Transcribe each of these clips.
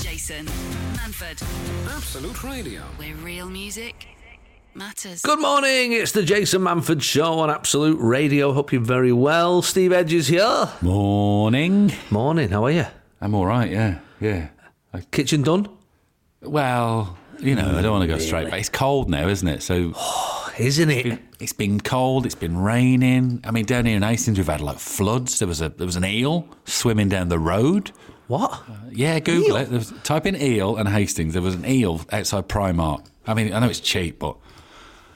Jason Manford, Absolute Radio. where real music matters. Good morning, it's the Jason Manford Show on Absolute Radio. Hope you're very well. Steve Edge is here. Morning. Morning, how are you? I'm all right. Yeah, yeah. Kitchen done? Well, you know, I don't want to go straight, but it's cold now, isn't it? So Isn't it? it's been cold. It's been raining. I mean, down here in Hastings, we've had like floods. There was a there was an eel swimming down the road. What? Yeah, Google Eel? it. There was, type in eel and Hastings. There was an eel outside Primark. I mean, I know it's cheap, but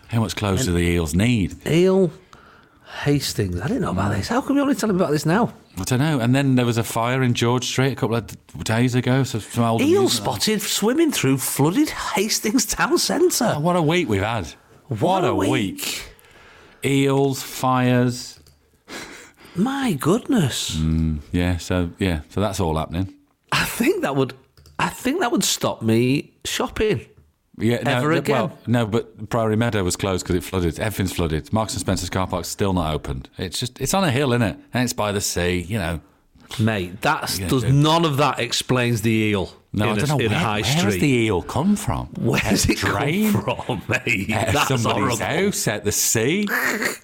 how much clothes do the eels need? Eel Hastings. I didn't know about this. How come you're only telling me about this now? I don't know. And then there was a fire in George Street a couple of d- days ago. So some old Eel news- spotted swimming through flooded Hastings town centre. Oh, What a week we've had. What, Eels, fires. My goodness. Yeah, so yeah, so that's all happening. I think that would I think that would stop me shopping. Yeah, no, Ever th- again? Well, no, but Priory Meadow was closed because it flooded. Everything's flooded. Marks and Spencer's car park's still not opened. It's just it's on a hill, isn't it? And it's by the sea. You know, Mate, that's Yeah, does dude. none of that explains the eel no, in, I a- don't know in where, a high where's street. the eel come from. Where's A it drain? come from, mate? At That's somebody's horrible. house at the sea.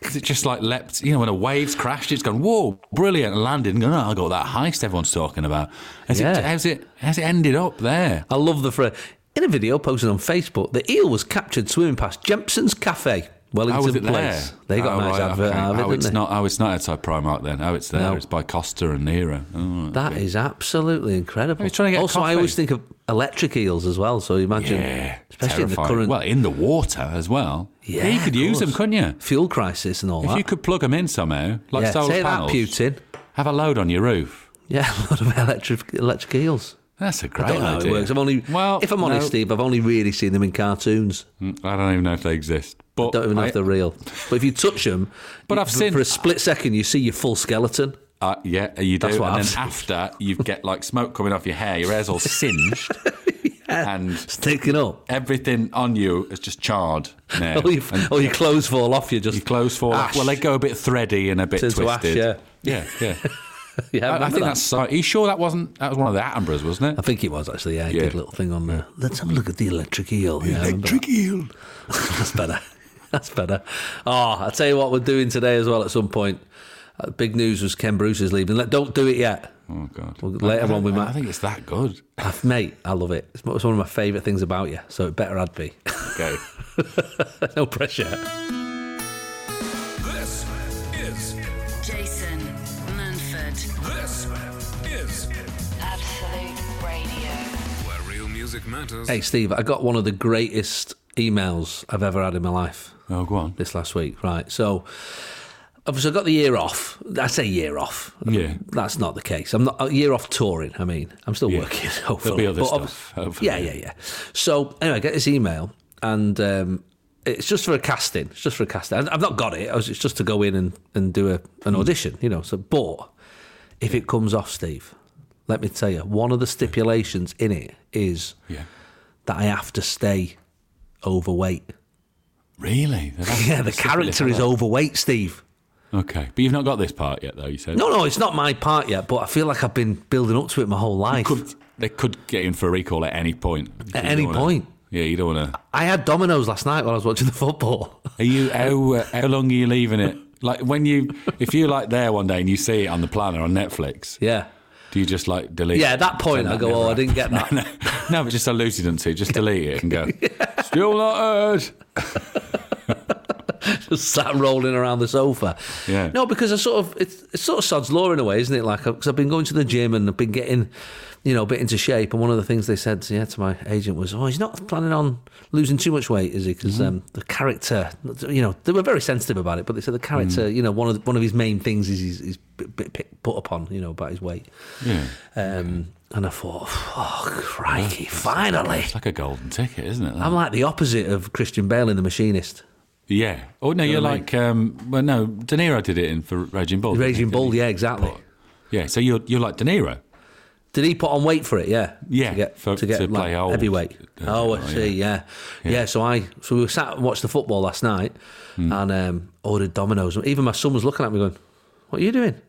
Is it just like leapt? You know, when a wave's crashed, it's gone. Whoa, brilliant! and Landed. And gone, oh, I got that heist everyone's talking about. Has Yeah. it? How's it? How's it ended up there? I love the phrase. In a video posted on Facebook, the eel was captured swimming past Jempson's Cafe, Wellington How is it Place. there? They got a Oh, nice right, advert okay. out of it, Oh, didn't it's they? not. Oh, it's not outside Primark then. Oh, it's there. No. It's by Costa and Nero. Oh, right. That is absolutely incredible. Are you trying to get also, I coffee? always think of electric eels as well. So you imagine, yeah, especially in the terrifying. current well in the water as well. Yeah, you of could use them, course. couldn't you? fuel crisis and all If that. you could plug them in somehow, like yeah, solar take panels, that, Putin. have a load on your roof. Yeah, a lot of electric electric eels. That's a great I don't know how idea. it works. I've only, well, if I'm no, honest, Steve, I've only really seen them in cartoons. mm, I don't even know if they exist. But Don't even know I, if they're real. But if you touch them, But you- I've for, seen- for a split second, you see your full skeleton. Uh, yeah, you do. That's what and I've then after, you get like smoke coming off your hair. Your hair's all singed, and It's taken up. everything on you is just charred. now. All your, And- all your clothes fall off. You're just Your clothes fall off. Oh, Ash. Well, they go a bit thready and a bit Turns to ash, twisted. yeah, yeah. Yeah, I, I remember think that. that's. Are you sure that wasn't? That was one of the Attenboroughs, wasn't I it? think it was actually. Yeah, he Yeah. did a little thing on there. Let's have a look at the electric eel. yeah, I remember eel. that. That's better. That's better. Oh, I tell you what, we're doing today as well. At some point, uh, big news was Ken Bruce is leaving. Let- Don't do it yet, Oh god. Well, later I don't- on we might- I think it's that good. Uh, mate. I love it. It's mo- it's one of my favourite things about you. So it better I'd be. Okay. no pressure. This is Jason Manford, this is Absolute Radio. where real music matters. Hey, Steve, I got one of the greatest emails I've ever had in my life. Oh, go on. this last week, right? So obviously I got the year off. I say year off. Yeah. That's not the case. I'm not a year off touring, I mean. I'm still Yeah. working, hopefully. There'll be other But ob- stuff, hopefully. Yeah, yeah, yeah. So anyway, I get this email and um it's just for a casting. It's just for a casting. I- I've not got it. I was- It's just to go in and, and do a, an Hmm. audition, you know. So, but if it comes off, Steve, let me tell you, one of the stipulations in it is Yeah. that I have to stay overweight. Really? Yeah, the character is overweight, Steve. Okay, but you've not got this part yet, though. You said No, no, it's not my part yet, but I feel like I've been building up to it my whole life. Could, they could get in for a recall at any point. You any don't wanna- point. Yeah, you don't want to. I had Domino's last night while I was watching the football. Are you how uh, how long are you leaving it? Like when you if you're like there one day and you see it on the planner on Netflix, Yeah. do you just like delete? Yeah, it? at that point, Turn I go, never oh, I up. didn't get No, that. no, no, but just alluded to, just delete it and go. Still not heard. Just sat rolling around the sofa. Yeah. No, because I sort of, it's, it's sort of sod's law in a way, isn't it? Like, because I've been going to the gym and I've been getting, you know, a bit into shape. And one of the things they said yeah, to my agent was, oh, he's not planning on losing too much weight, is he? Mm-hmm. Because um, the character, you know, they were very sensitive about it, but they said the character, Mm. you know, one of, the, one of his main things is he's, he's b- b- pick- put upon, you know, about his weight. Yeah, Um, and I thought, oh, crikey, finally. it's like a golden ticket, isn't it? that? I'm like the opposite of Christian Bale in The Machinist. yeah. Oh no, you're like um, well, no, De Niro did it in for Raging Bull. didn't he? Raging Bull, Didn't yeah, exactly. he? Yeah, so you're you're like De Niro. Did he put on weight for it? Yeah. Yeah, To get, for- to get to like, play old. heavyweight. Uh, Oh, I oh, see. Yeah. yeah. So I so we were sat and watched the football last Hmm. night and um, ordered Domino's. Even my son was looking at me going, "What are you doing?"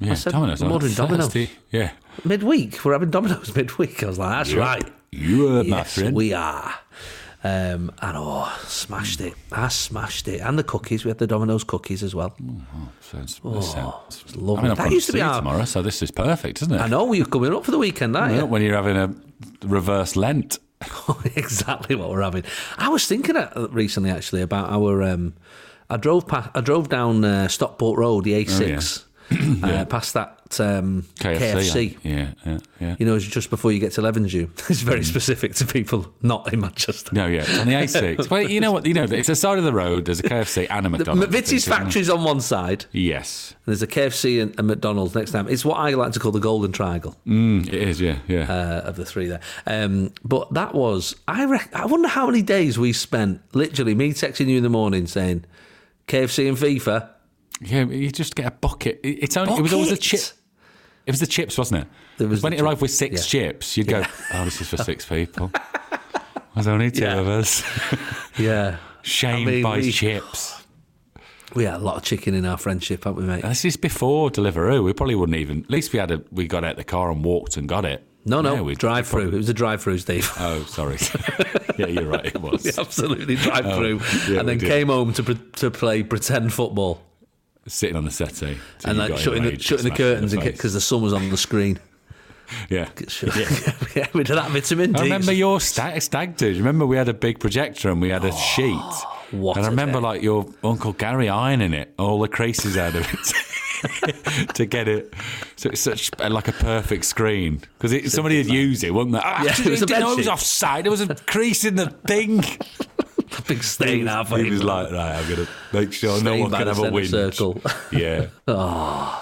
Yeah, said Domino's. I'm modern Domino's. thirsty. Yeah. Midweek, we're having Domino's midweek. I was like, that's right. You are, my Yes, friend. we are. Um, and oh, smashed it. I smashed it. And the cookies. We had the Domino's cookies as well. Sounds, Oh, it's lovely. uh, I mean, I've That got used to to be see our- tomorrow, so this is perfect, isn't it? I know you're coming up for the weekend, aren't You know, you? When you're having a reverse Lent. exactly what we're having. I was thinking uh, recently, actually, about our. Um, I drove past. I drove down uh, Stockport Road, the A6, Oh, uh, past that um, KFC. KFC. Yeah, yeah, yeah. You know, it's just before you get to Levenshulme. It's very specific to people not in Manchester. No, Mm. yeah, it's on the A6. well, you know what? You know, it's the side of the road. There's a KFC and a McDonald's. I think, McVitie's isn't there? factory's on one side. Yes, There's a KFC and, and McDonald's next time. It's what I like to call the golden triangle Mm, it is. Yeah, yeah. uh, of the three there. Um, but that was I. Rec- I wonder how many days we spent literally me texting you in the morning saying KFC and FIFA. yeah, you just get a bucket. It- It's only. It was always a chip. Bucket! It was the chips, wasn't it? There was when the it arrived chip- with six yeah. chips, you'd go, "Oh, this is for six people." There's only two Yeah. of us. Yeah, Shamed I mean, by we- chips. we had a lot of chicken in our friendship, haven't we, mate? This is before Deliveroo. We probably wouldn't even. At least we had a. We got out of the car and walked and got it. No, Yeah, no, we- drive through. It was a drive through, Steve. Oh, sorry. yeah, you're right. It was. Absolutely drive through, Oh, yeah, and we then did. came home to pre- to play pretend football sitting on the settee till and you like got shutting the, enraged shutting the and smashed in curtains face. because the sun was on the screen. yeah. yeah. we did that vitamin D. I remember your stag, stag do. Remember we had a big projector and we had a sheet. Oh, what and I a remember day. like your uncle Gary ironing it, all the creases out of it. to get it, so it's such a- like a perfect screen because somebody had used it, wouldn't they? Ah, Yeah, actually, it was a didn't know it bedsheet. was offside. There was a crease in the thing. big he stain was, halfway. he was like, right, I'm gonna make sure no Staying one by can the have a centre win. circle. Yeah,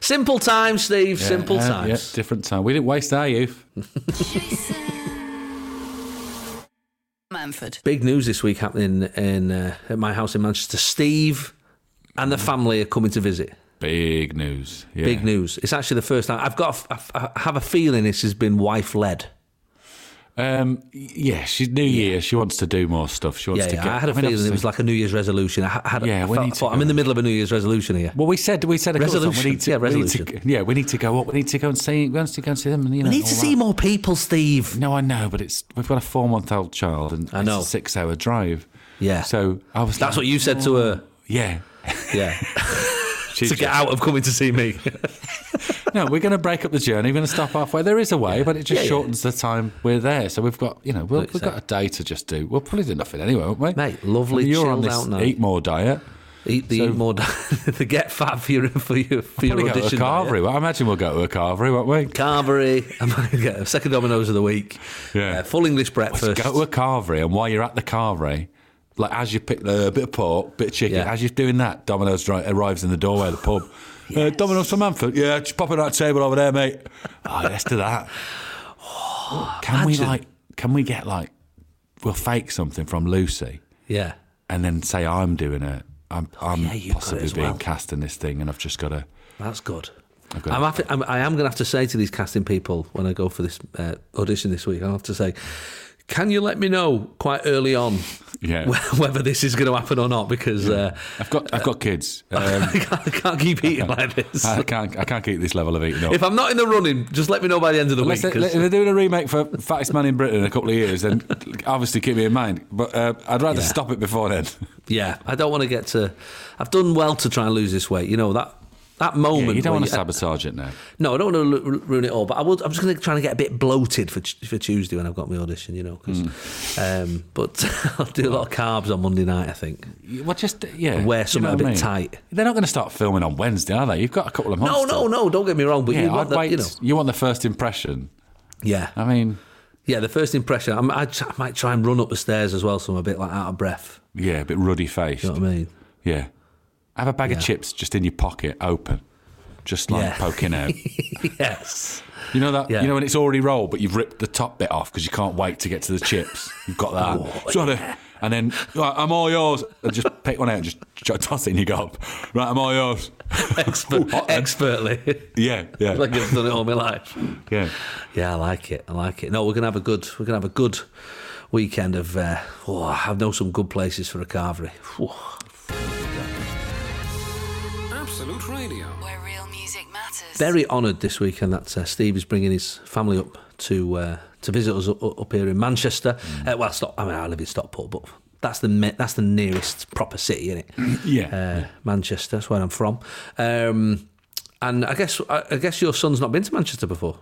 Simple times, Steve. Yeah, Simple yeah, yeah, times. different time. We didn't waste our youth. Jason Manford. Big news this week happening in uh, at my house in Manchester. Steve and the family are coming to visit. Big news. Yeah. Big news. It's actually the first time I've got. A, f- I have a feeling this has been wife led. Um, yeah, she's New Year. She wants to do more stuff. She wants Yeah, to yeah. get. I had a mean, feeling it was obviously- like a New Year's resolution. I ha- had. Yeah, I we felt- need to thought, I'm go. in the middle of a New Year's resolution here. Well, we said we said a couple of times, Resolution. we need to, Yeah, we need to- resolution. yeah, we need to go up. We need to go and see. We need to go and see them. And, you know, We need to all see that. more people, Steve. No, I know, but it's we've got a four-month-old child, and I it's know. a six-hour drive. Yeah. So I was. That's like, what you said to her. Yeah. Yeah, She to get out of coming to see me. No, we're going to break up the journey. We're going to stop halfway. There is a way, but it just Yeah, yeah. shortens the time we're there. So we've got, you know, we'll, Look, we've so- got a day to just do. We'll probably do nothing anyway, won't we? Mate, lovely I mean, You're on chilled this out night. eat more diet. Eat the eat more. the get fat for your for your for your Probably go to a audition. diet. carvery. Well, I imagine we'll go to a carvery, won't we? Carvery, I might get a second dominoes of the week. Yeah. Uh, full English breakfast. Go to a carvery, and while you're at the carvery, like as you pick the bit of pork, bit of chicken, Yeah. as you're doing that, Domino's dri- arrives in the doorway of the pub. Uh, Domino's from Manford. Yeah, just pop it on that table over there, mate. Oh, let's do that. can we imagine. like? Can we get like? We'll fake something from Lucy, Yeah. and then say I'm doing it. I'm, I'm yeah, you could possibly as being well. cast in this thing, and I've just got to. That's good. I've got I'm happy, I'm, I am going to have to say to these casting people when I go for this uh, audition this week, I'll have to say, can you let me know quite early on Yeah. wh- whether this is going to happen or not? Because uh, I've got. I've got kids. Um, I, can't, I can't keep eating like this. I can't. I can't keep this level of eating up. if I'm not in the running, just let me know by the end of the Unless week. they, 'cause- if they're doing a remake for Fattest Man in Britain in a couple of years, then obviously keep me in mind. But uh, I'd rather Yeah. stop it before then. yeah, I don't want to get to. I've done well to try and lose this weight. You know that that moment. you don't where want to sabotage it now. No, I don't want to ru- ruin it all, but I will, I'm just going to try and get a bit bloated for t- for Tuesday when I've got my audition, you know. 'cause, Hmm. um, but I'll do a lot of carbs on Monday night, I think. Well, just uh, yeah, Wear you something know a what I bit mean? tight. They're not going to start filming on Wednesday, are they? You've got a couple of months. No, still. no, no, don't get me wrong, but you Yeah, want I'd that, wait. you know. You want the first impression. Yeah, I mean, yeah. The first impression, I'm, I, I might try and run up the stairs as well, so I'm a bit like out of breath. yeah, a bit ruddy faced. You know what I mean? Yeah, have a bag of chips just in your pocket, open, just like Yeah. poking out. yes. You know that Yeah. you know when it's already rolled, but you've ripped the top bit off because you can't wait to get to the chips. You've got that, Oh, Sorry. and then right, I'm all yours. And just pick one out, and just j- toss it in your gob. Right, I'm all yours. Expert, Ooh, hot then. expertly. yeah, yeah, like I've done it all my life. yeah. Yeah, I like it. I like it. No, we're gonna have a good. We're gonna have a good weekend of. Uh, oh, I know some good places for a carvery. Whew. Absolute Radio. Where real music matters. matters. Very honoured this weekend that uh, Steve is bringing his family up to uh, to visit us up, up here in Manchester. Mm. Uh, well, Stock, I mean, I live in Stockport, but that's the me- that's the nearest proper city, isn't it? Yeah. uh, Manchester. That's where I'm from. Um, and I guess I, I guess your son's not been to Manchester before.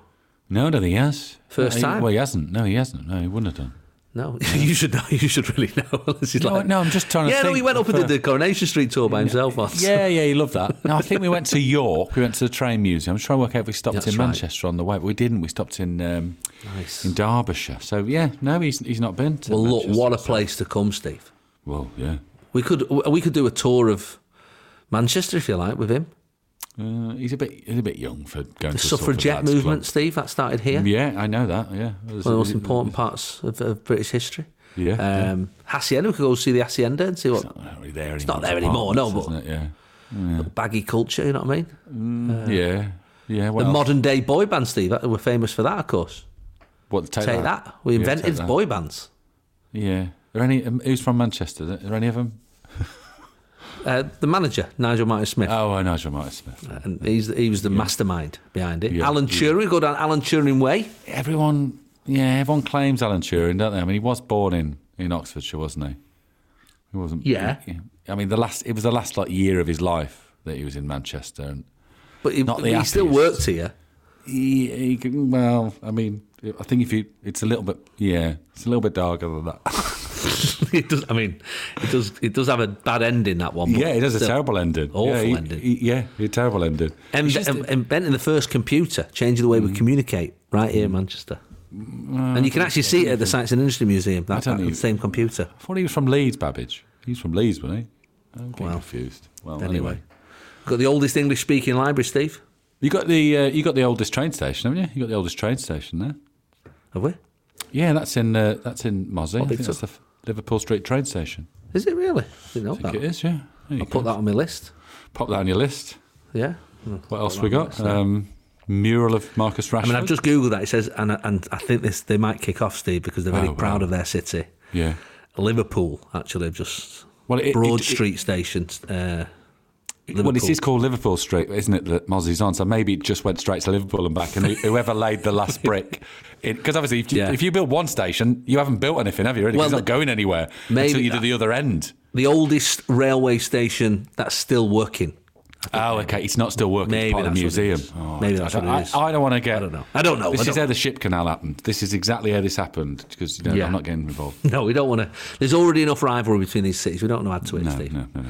No, I don't think he has. First No, he- time? Well, he hasn't. No, he hasn't. No, he wouldn't have done. No, you should know. You should really know. This is No, like- no, I'm just trying to Yeah, no, think he went up and did of, the Coronation Street tour by himself once. Yeah, yeah, he loved that. No, I think we went to York. We went to the train museum. I'm just trying to work out if we stopped That's in right. Manchester on the way, but we didn't. We stopped in um, Nice. in Derbyshire. So yeah, no, he's he's not been. To Well, look, Manchester. what a place to come, Steve. Well, yeah, We could we could do a tour of Manchester if you like with him. uh, he's a bit he's a bit young for going The to a suffragette sort of lads' movement, Steve, that started here. Club. Yeah, I know that. Yeah, One of the most important parts of, of British history. Yeah, yeah. Um, Hacienda, we could go see the Hacienda and see what Not really there anymore. It's not there anymore, no, apartments, isn't it? baggy culture, you know what I mean? yeah, yeah, yeah. uh, What The else? modern day boy band, Steve, that, we're famous for that, of course. What, take, Take that. We Yeah, invented take that. boy bands. Yeah. Are any? Um, who's from Manchester? Are there any of them? Uh, the manager, Nigel Martin Smith, Oh, I know John Martin Smith. and he's, he was the mastermind behind it. Yeah, Alan yeah. Turing, go down Alan Turing Way. Everyone, yeah, everyone claims Alan Turing, don't they? I mean, he was born in in Oxfordshire, wasn't he? He wasn't. Yeah. I mean, the last it was the last like year of his life that he was in Manchester, and But he, Not the he still happiest. worked here. he, he could- well, I mean, I think if you, it's a little bit, yeah, it's a little bit darker than that. it does, I mean, it does. It does have a bad ending. That one. but yeah, it has a still. terrible ending. Awful yeah, he- ending. he- yeah, a terrible ending. Em- It's just- Mm. em- inventing the first computer, changing the way we communicate, right here in Manchester. and you can actually see it at the Science and Industry Museum. That, don't that even- same computer. I thought he was from Leeds, Babbage. He was from Leeds, wasn't he? I'm getting Well, confused. Well, Anyway, anyway. got the oldest English-speaking library, Steve. You got the uh, you got the oldest train station, haven't you? You got the oldest train station there. Have we? Yeah, that's in uh, that's in Mosley. I big think that's so- the F- Liverpool Street train station. Is it really? Didn't know I think that. it is. Yeah, There you I'll put go. that on my list. pop that on your list. Yeah. What else we got? Um, mural of Marcus Rashford. I mean, I've just googled that. It says, and and I think this they might kick off, Steve, because they're very Oh, proud wow. of their city. yeah. Liverpool, actually, have just Well, it- Broad it- it- Street Station. Uh, Well, this Liverpool. is called Liverpool Street, isn't it? That Mosley's on. So maybe it just went straight to Liverpool and back, and who- whoever laid the last brick. Because obviously, if you, Yeah. if you build one station, you haven't built anything, have you? Really? 'Cause Well, it's the- not going anywhere maybe until you that- do the other end. the oldest railway station that's still working. Oh, okay. It's not still working. Maybe it's part of the that's what it museum. is. Oh, Maybe I that's don't- what it is. I, I don't want to get. I don't know. I don't know. This I is don't- how the ship canal happened. This is exactly how this happened because you know, Yeah. I'm not getting involved. No, we don't want to. There's already enough rivalry between these cities. We don't want to add to it, No, no, Steve. no, no, no.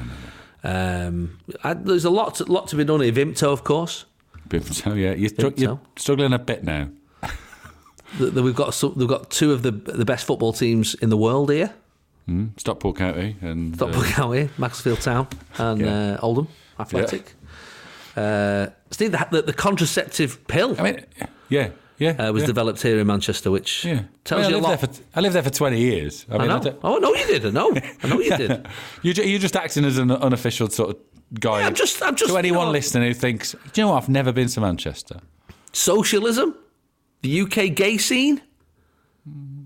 Um, I, there's a lot, to, lot to be done here. Vimto, of course. Bit- So yeah, you're, stru- Think you're so. struggling a bit now. Th- th- We've got some, we've got two of the the best football teams in the world here. Stockport County and Stop uh, looking out here, Maxfield Town and Yeah. uh, Oldham Athletic. Uh, Steve, the, the, the contraceptive pill I mean, yeah, yeah. uh, was yeah, developed here in Manchester, which Yeah. tells I mean, you a I lot. lived There for, I lived there for 20 years. I I mean, I know. don't- Oh no, you did. I know. I know you did. you're, ju- you're just acting as an unofficial sort of guy. Yeah, I'm just- I'm just- to anyone you know- listening who thinks, do you know what? I've never been to Manchester. socialism, the UK gay scene,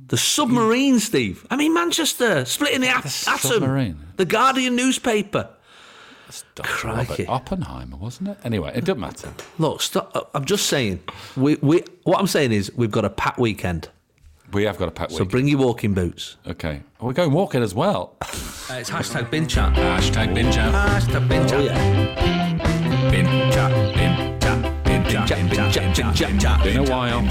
the submarine, Steve. I mean, Manchester splitting the, a- atom. submarine. The Guardian newspaper. Dr. Crikey. Robert Oppenheimer, wasn't it? Anyway, it doesn't matter. Look, stop. uh, I'm just saying. We, we, what I'm saying is, we've got a packed weekend. We have got a packed So week. bring your walking boots. okay. We're going walking as well. Uh, it's hashtag bin chat. Hashtag bin chat. Hashtag bin chat. Bin chat. Bin chat. Bin chat. Chat, bin chat, bin chat, chat. Been a while.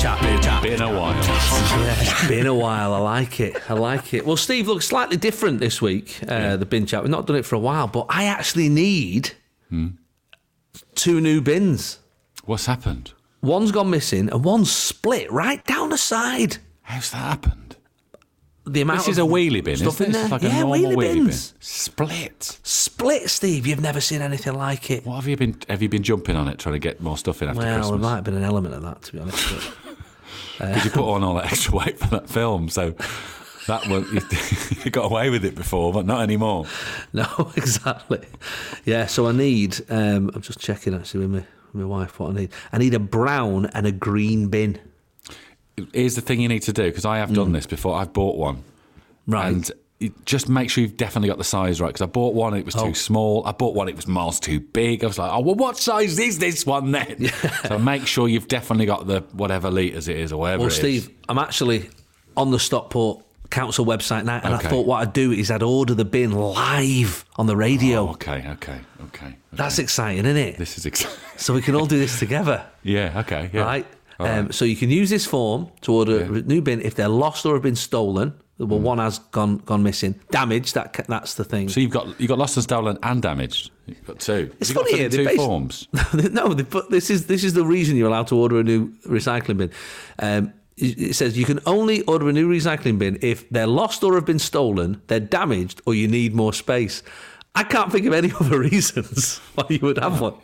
Been a while. It's been a while. I like it. I like it. Well, Steve, look, slightly different this week, uh, the bin chat. We've not done it for a while, but I actually need Hmm. two new bins. What's happened? One's gone missing and one's split right down the side. How's that happened? The amount This is a of wheelie bin, stuff isn't it? in It's there. like yeah, a normal wheelie, wheelie, bins. bin. Split. Split, Steve. You've never seen anything like it. What have you been? Have you been jumping on it, trying to get more stuff in after well, there Christmas? might have been an element of that, to be honest. but- 'Cause you put on all that extra weight for that film, so that one you, you got away with it before, but not anymore. No, exactly. Yeah, so I need. Um, I'm just checking actually with my with my wife what I need. I need a brown and a green bin. Here's the thing you need to do because I have done this before. I've bought one, Mm. Right. and you just make sure you've definitely got the size right. Because I bought one, it was Oh. too small. I bought one, it was miles too big. I was like, oh, well, what size is this one then? so make sure you've definitely got the whatever litres it is or whatever Well, it is. Steve, I'm actually on the Stockport Council website now, and Okay. I thought what I'd do is I'd order the bin live on the radio. Oh, okay, okay, okay. That's exciting, isn't it? This is exciting. So we can all do this together, yeah, okay. Yeah. right? All Um, So you can use this form to order a new bin if they're lost or have been stolen. Well, one has gone gone missing, damaged. That ca- that's the thing. Mm. So you've got you got lost and stolen and damaged. You've got two. It's You've got funny to here, put they in two base- forms. no, they put, this is this is the reason you're allowed to order a new recycling bin. Um, it it says you can only order a new recycling bin if they're lost or have been stolen, they're damaged, or you need more space. I can't think of any other reasons why you would have one.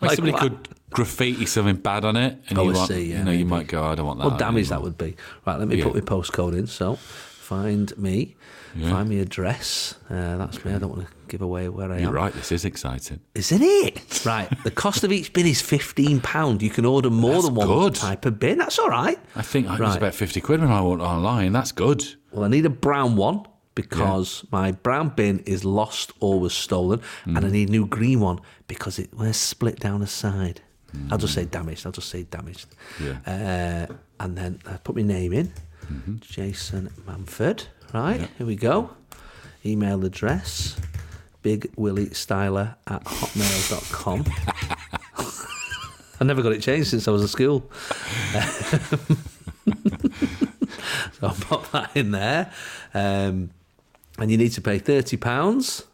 Like Like somebody what? could graffiti something bad on it, and Oh, you, I want, see, yeah, you know you maybe. might go, I don't want that. What damage that would be. Right, let me put my postcode in. So, find me, find me address. Uh, that's me. I don't want to give away where I You're am. right. This is exciting. Isn't it? Right. The cost of each bin is fifteen pound. You can order more That's than one good. type of bin. That's all right. I think it was Right. about fifty quid when I went online. That's good. Well, I need a brown one because my brown bin is lost or was stolen, and I need a new green one because it was split down the side. I'll just say damaged. I'll just say damaged. Uh, and then I put my name in, Jason Manford. Right here we go. Email address. Big Willie Styler at hotmail.com. I never got it changed since I was at school. So I'll pop that in there. Um, and you need to pay £30.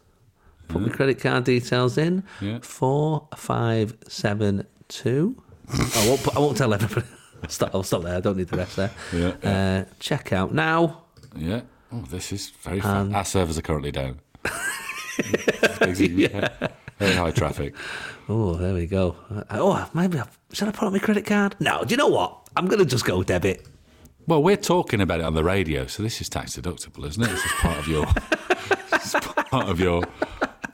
Put my credit card details in. Hmm. Yeah. Four, five, seven, two. I, won't, put- I won't tell everybody. Stop, I'll stop there. I don't need the rest there. Yeah, Uh, check out now. Yeah. Oh, this is very fun. Our servers are currently down. It's busy, yeah. Very high traffic. Oh, there we go. Uh, Oh, maybe I've, should I put on my credit card? No. Do you know what? I'm going to just go debit. Well, we're talking about it on the radio, so this is tax deductible, isn't it? This is part of your this is part of your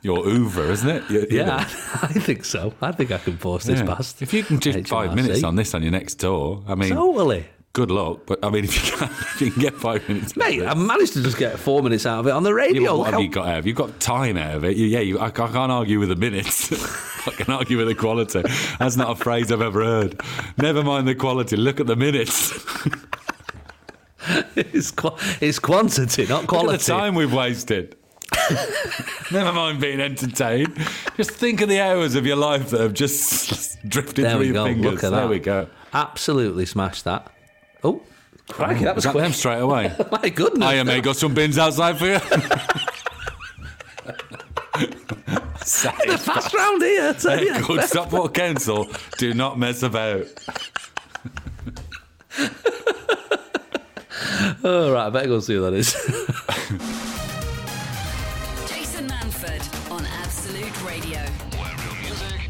your Uber, isn't it? Your- your- Yeah, I, think so. I think I can force this Yeah. past. If you can do five HMRC. minutes on this on your next door, I mean, Totally. good luck. But I mean, if you can, if you can get five minutes, out of Mate, it- I managed to just get four minutes out of it on the Yeah, but radio. what How- have you got out of? You've got time out of it. You- yeah, you, I, I can't argue with the minutes. I can argue with the quality. That's not a phrase I've ever heard. Never mind the quality. Look at the minutes. it's, qu- it's quantity, not Look quality. at the time we've wasted. Never mind being entertained. Just think of the hours of your life that have just drifted There through we your go. fingers. Look at there that. we go. Absolutely smashed that. Oh, crikey, that was Got quick. them straight away. My goodness. I mate, got some bins outside for you. the fast round here. I tell ya. Good Stockport Council, do not mess about. All right, I better go see who that is. Jason Manford on Absolute Radio. Where real music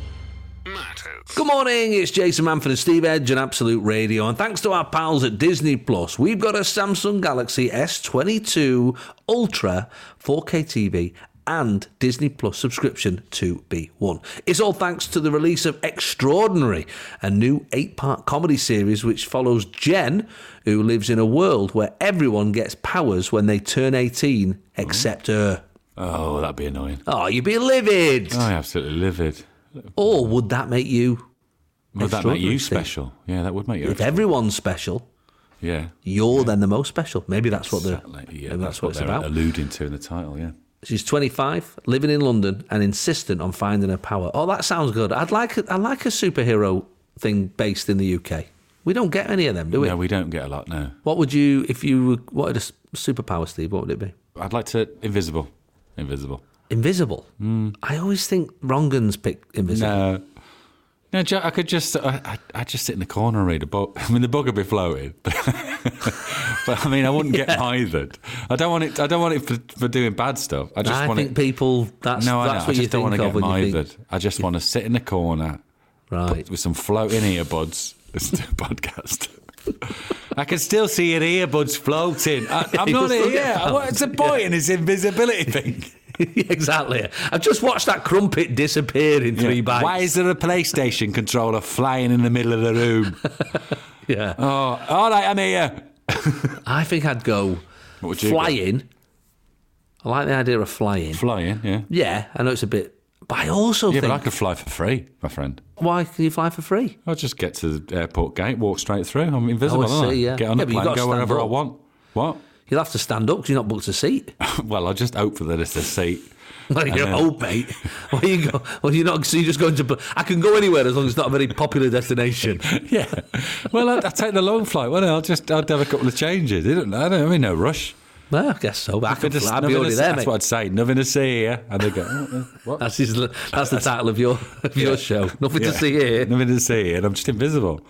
matters. Good morning, it's Jason Manford and Steve Edge on Absolute Radio. And thanks to our pals at Disney Plus, we've got a Samsung Galaxy S22 Ultra 4K TV and Disney Plus subscription to be won. It's all thanks to the release of Extraordinary, a new eight part comedy series which follows Jen, who lives in a world where everyone gets powers when they turn 18 except her. Oh, that'd be annoying. Oh, you'd be livid! I absolutely livid. Or would that make you, Would that make Extraordinary, you Steve. special? Yeah, that would make you. if everyone's special, Yeah. you're then the most special. Maybe that's what the Like, maybe yeah, that's, that's what, what it's they're about. alluding to in the title. Yeah. She's 25, living in London, and insistent on finding her power. Oh, that sounds good. I'd like I like a superhero thing based in the UK. We don't get any of them, do we? No, we don't get a lot now. What would you if you were- wanted a s- superpower, Steve? What would it be? I'd like to invisible, invisible. Invisible. I always think Rongan's pick invisible. Hmm. No. No, Jack, I could just I, I, I'd just sit in the corner and read a book. I mean, the book would be floating, but I mean, I wouldn't get hithered. I don't want it. I don't want it for, for doing bad stuff. I just I want think it. people that's no, I, that's what don't. I you just don't think want to of get when you mithered. think I just want to sit in the corner right. with some floating earbuds. Listen to a podcast. I can still see your earbuds floating. I, I'm not Look at here. that. What's the point in this invisibility thing? exactly. I've just watched that crumpet disappear in three Yeah. bites. Why is there a PlayStation controller flying in the middle of the room? yeah. uh, Oh, all right, I'm here. I think I'd go What would you flying, I like the idea of flying. Flying, yeah. yeah, I know it's a bit. But I also Yeah, think, but I could fly for free, my friend. why can you fly for free? I'll just get to the airport gate, walk straight through. I'm invisible, Oh, I aren't I? see, yeah. Get on Yeah, a but you've plane, got to go wherever stand I up. want. What? You'll have to stand up because you're not booked a seat. well, I just hope for that it's a seat. Like you're then- old mate. Well, you go. Well, you're not. So you're just going to. I can go anywhere as long as it's not a very popular destination. Yeah. Well, I'd, I'd take the long flight, wouldn't I? I'll just I'd have a couple of changes. I don't, I don't I'm in no rush. Well, I guess so. But I Nothing can to- fly. I'd be nothing to already see- there, that's mate. what I'd say. Nothing to see here. And they go, "Oh, uh, what? That's his, That's the title of your of your show. Nothing Yeah. to see here. Nothing to see here. And I'm just invisible.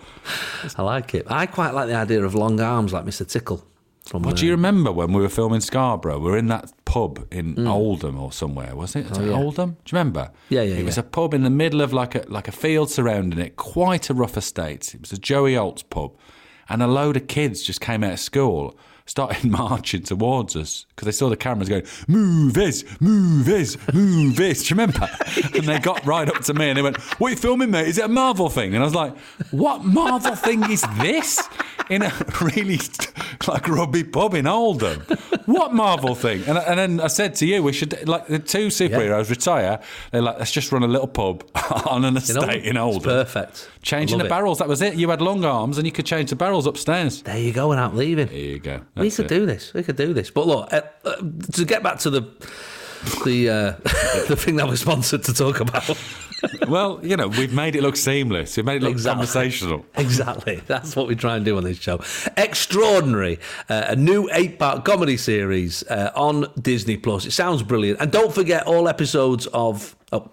I like it. I quite like the idea of long arms, like Mr. Tickle. From, uh, Well, do you remember when we were filming Scarborough? We were in that pub in Oldham or somewhere, was it? Mm. Oh, yeah. Oldham? Do you remember? Yeah, yeah, It was yeah. a pub in the middle of like a like a field surrounding it, quite a rough estate. It was a Joey Olds pub, and a load of kids just came out of school, started marching towards us because they saw the cameras going, "Movies, movies, movies." Do you remember? And they got right up to me and they went, "What are you filming, mate? Is it a Marvel thing?" And I was like, "What Marvel thing is this?" In a really like rugby pub in Oldham. What Marvel thing? And, I- and then I said to you, we should like the two superheroes retire. They're like, let's just run a little pub on an You know, estate in it's Oldham. Perfect. I Changing love the it. barrels. That was it. You had long arms and you could change the barrels upstairs. There you go, without leaving. There you go. we That's could it. do this. We could do this. But look, uh, uh, to get back to the the uh, the thing that was sponsored to talk about. Well, you know, we've made it look seamless. We've made it look Exactly. conversational. Exactly. That's what we try and do on this show. Extraordinary, uh, a new eight part comedy series uh, on Disney Plus. It sounds brilliant. And don't forget, all episodes of. Oh,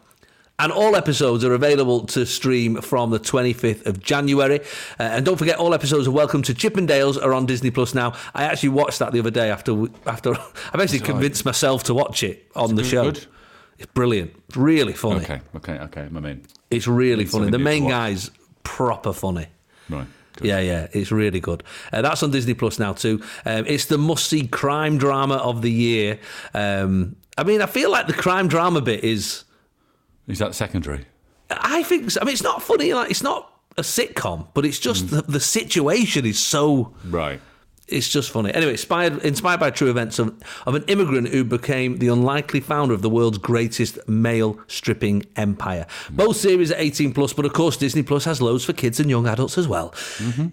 and all episodes are available to stream from the 25th of January. Uh, and don't forget, all episodes of Welcome to Chippendales are on Disney Plus now. I actually watched that the other day after we- after I basically convinced myself to watch it on the good- show. good? It's brilliant. It's really funny. Okay, okay, okay. My man. It's really funny. something The new to main watch. guy's proper funny. Right. good. Yeah, yeah, it's really good. Uh, that's on Disney Plus now too. Um, it's the must-see crime drama of the year. Um, I mean, I feel like the crime drama bit is. Is that secondary? I think. I mean, it's not funny. Like, it's not a sitcom, but it's just the, the situation is so. Right. It's just funny. Anyway, inspired inspired by true events of, of an immigrant who became the unlikely founder of the world's greatest male stripping empire. Both series are 18 plus, but of course Disney Plus has loads for kids and young adults as well. Mm-hmm.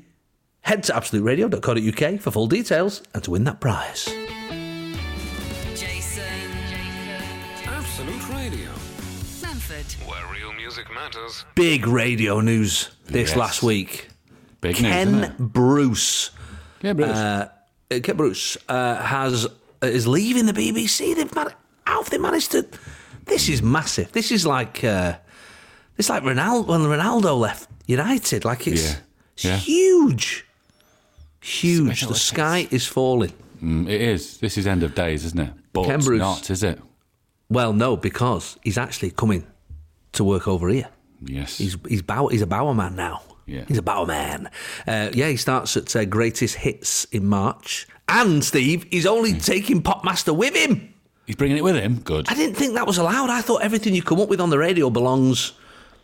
Head to absoluteradio.co.uk for full details and to win that prize. Jason. Absolute Radio, Manford. where real music matters. Big radio news this Yes. last week. Big news. Ken isn't Um, Bruce. it? Yeah, Bruce. Uh, uh, Ken Bruce uh, has uh, is leaving the BBC. They've man- how have they managed to? This is massive. This is like uh, it's like Ronaldo when Ronaldo left United. Like it's, Yeah. it's Yeah. huge, huge. Special The effects. sky is falling. Mm, it is. This is end of days, isn't it? But Ken it's Bruce. not, is it? Well, no, because he's actually coming to work over here. Yes. He's he's bow, he's a bower man now. Yeah. He's a bower man. Uh, yeah, he starts at uh, Greatest Hits in March. And Steve, he's only Hmm. taking Popmaster with him. He's bringing it with him. Good. I didn't think that was allowed. I thought everything you come up with on the radio belongs.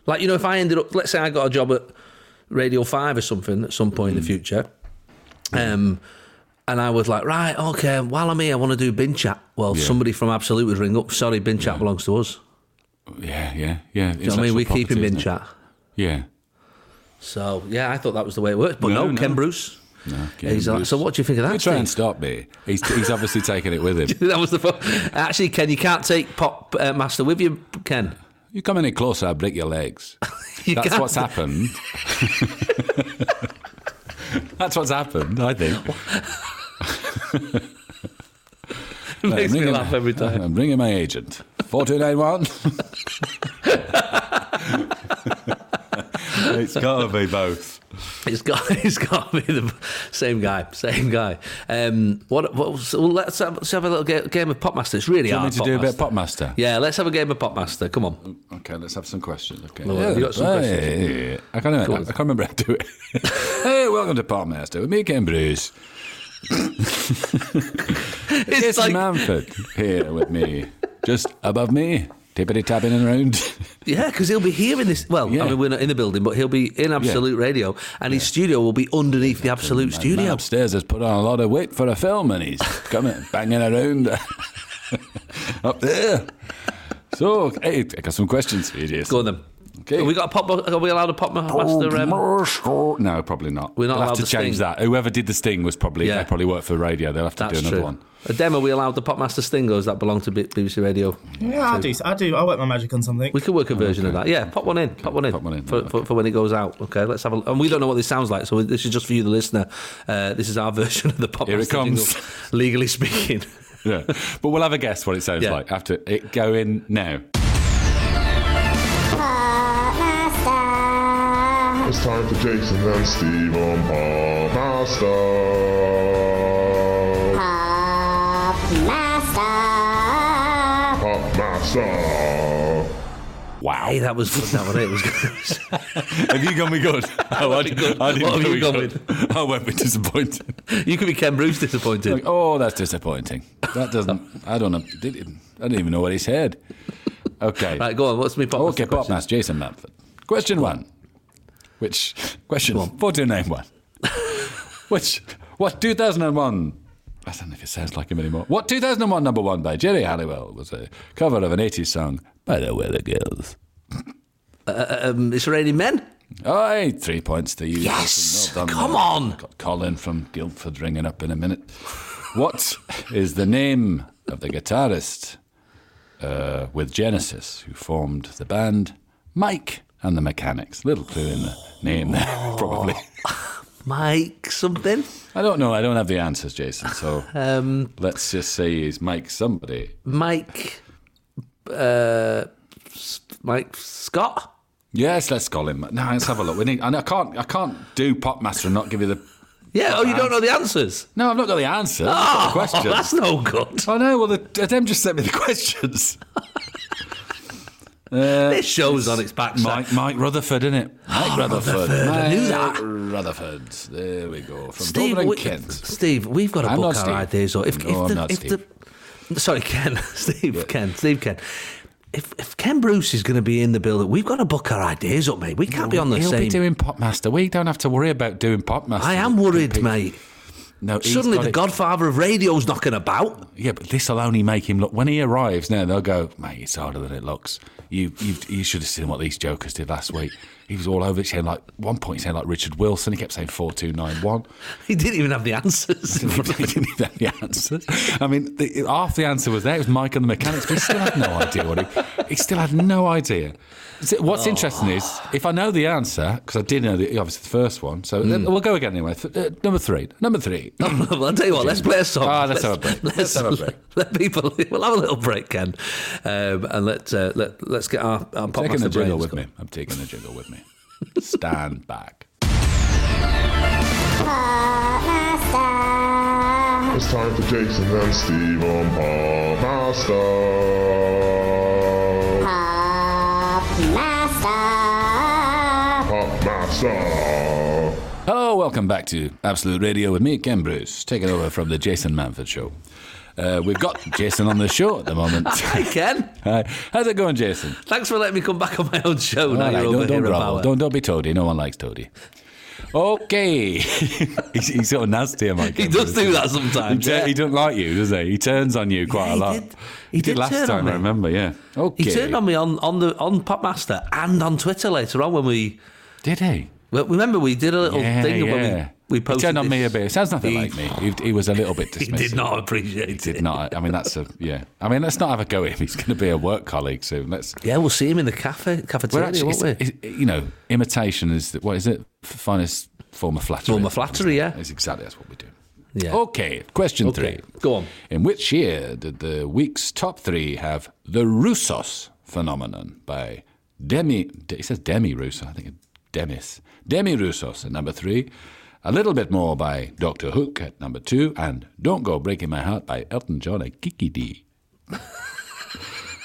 Like, you know, if I ended up, let's say I got a job at Radio 5 or something at some Mm. point in the future, um, and I was like, right, okay, while I'm here, I want to do Bin Chat. Well, Yeah. somebody from Absolute would ring up, sorry, Bin Chat belongs to us. Yeah, yeah, yeah. Do you know what I mean? We're keeping Bin in Chat. Yeah. So, yeah, I thought that was the way it worked. But no, No, Ken no. Bruce. No, he's like, so what do you think of that? He's trying to Steve?" stop me. He's, he's obviously taking it with him. that was the fun. Actually, Ken, you can't take Pop uh, Master with you, Ken. You come any closer, I'll break your legs. You That's can't. what's happened. That's what's happened, I think. It makes me I'm ringing- laugh every time. I'm bringing my agent. 4291. it's got to be both. It's got it's got to be the same guy, same guy. Um, what? what so let's, have, let's have a little ga- game of Popmaster. It's really Do you hard. want me to do a bit of Popmaster. Popmaster? Yeah, let's have a game of Popmaster. Come on. Okay, let's have some questions. Okay. Well, you got some questions? hey, I, can't remember, I, on. can't remember how to do it. hey, welcome to Podmaster with me, Ken Bruce. It's It's like Manford here with me, just above me, tippity tapping and around. yeah, because he'll be here in this. Well, I Yeah. mean, we're not in the building, but he'll be in Absolute Radio, and his studio will be underneath the Absolute Man Studio. upstairs has put on a lot of weight for a film and he's coming banging around. up there. So, hey, I got some questions for you, dear. Go on then. Okay. Have we got a pop. Are we allowed a pop ma- master? Um, no, probably not. We're not They'll have allowed to the change sting. that. Whoever did the sting was probably Yeah. they probably worked for radio. They'll have to do that's another true. one. A demo. We allowed the pop master stingers that belong to B- BBC Radio. Yeah, I do. I do. I work my magic on something. We could work a version of that. Yeah, pop one in. Pop one in. Oh, Pop one in, For, right, for, for when it goes out. Okay, let's have a. And we don't know what this sounds like, so this is just for you, the listener. Uh, this is our version of the pop. Here it master comes. jingle, legally speaking. Yeah. But we'll have a guess what it sounds Yeah. like after it go in now. It's time for Jason and Steve on Pop Master. Pop Master. Pop Master. hey, Wow. that was good. That one. It was good. have you gone with good? Oh, I, good. I didn't What have go you with gone good. I went with disappointed. you could be Ken Bruce disappointed. Like, oh, that's disappointing. That doesn't. I don't know. Did it, I didn't even know what he said. Okay. Right, go on. What's me pop? Oh, okay, master Pop question? Master Jason Manford. Question one. Which question? Go on. What do you name one? Which what 2001? I don't know if it sounds like him anymore. What 2001 number one by Jerry Halliwell was a cover of an 80s song by the Weather Girls. Um, it's raining men. Aye, three points to you. Yes! Jason. done, Come mate. on! Got Colin from Guildford ringing up in a minute. What is the name of the guitarist uh, with Genesis who formed the band Mike and the Mechanics? Little clue in the name there, probably. Mike something. I don't know. I don't have the answers, Jason. So Um, let's just say he's Mike somebody. Mike. Uh, Mike Scott. Yes, let's call him. No, let's have a look. We need, and I can't. I can't do Pop Master and not give you the. Yeah. Oh, you don't know the answers. No, I've not got the answer. I've just got the Oh, question. that's no good. I know. Oh, Well, the, them just sent me the questions. Uh, This show's on its backside. Mike, Mike Rutherford, isn't it? Mike Rutherford. Ah, Rutherford, I knew Mike that. Rutherford. There we go. From Steve, Dublin, we, Kent. Steve, we've got to I'm book our not Steve. ideas. Or if, No, if I'm the, not if Steve. The, sorry, Ken, Steve, Ken, Steve, Ken. If, if Ken Bruce is going to be in the building, we've got to book our ideas up, mate. We can't be on the He'll same. be doing Popmaster. We don't have to worry about doing Popmaster. I am worried, mate. No, he's Suddenly, got the it. Godfather of radio's knocking about. Yeah, but this will only make him look. When he arrives now, they'll go, mate, it's harder than it looks. You you, you should have seen what these jokers did last week. He was all over it, saying like, one point he sounded like Richard Wilson. He kept saying 4291. He didn't even have the answers. He didn't even have the answers. I mean, the, half the answer was there. It was Mike and the mechanics, but he still had no idea what he. He still had no idea. So What's Oh. interesting is if I know the answer because I did know the, obviously the first one. So then Hmm. we'll go again anyway. Th- uh, number three. Number three. well, I'll tell you what, let's play a song. Ah, let's have a break. Let's have a break. Let, people, we'll have a little break, Ken. Um, and let, uh, let, let's get our, our pop taking master the jingle brains with going. me. I'm taking the jingle with me. Stand back. Pop Master. It's time for Jason and Steve on Pop Master. Pop Master. Pop Master. Hello, welcome back to Absolute Radio with me, Ken Bruce, taking over from the Jason Manford Show. Uh, we've got Jason on the show at the moment. Hi, Ken. Hi. How's it going, Jason? Thanks for letting me come back on my own show. now All right, you're over don't, don't here growl. about Don't, don't be toady. No one likes toady. Okay. he's, he's sort of nasty, am I? He does do that He, sometimes. tur- yeah. he doesn't like you, does he? He turns on you quite Yeah, a he lot. did- he did last turn on time, me. I remember, yeah. Okay. He turned on me on, on the on Popmaster and on Twitter later on when we Did he? well, remember we did a little Yeah, thing yeah. when we, we posted. He turned on me a this. bit. It sounds nothing He- like me. He, he was a little bit He dismissive. did not appreciate Did it. not. I mean, that's a yeah. I mean, let's not have a go at him. He's going to be a work colleague soon. Let's. Yeah, we'll see him in the cafe We're cafeteria, actually, won't it's, we? it's- you know, imitation is the, what is it? F- Finest form of flattery. Form of flattery, yeah. It's exactly that's what we do. yeah. Okay, question Okay, three. go on. In which year did the week's top three have the Russos phenomenon by Demi? De, it says Demi Russo, I think it's Demis. Demi Russos at number three. A little bit more by Doctor Hook at number two, and Don't Go Breaking My Heart by Elton John and Kiki D.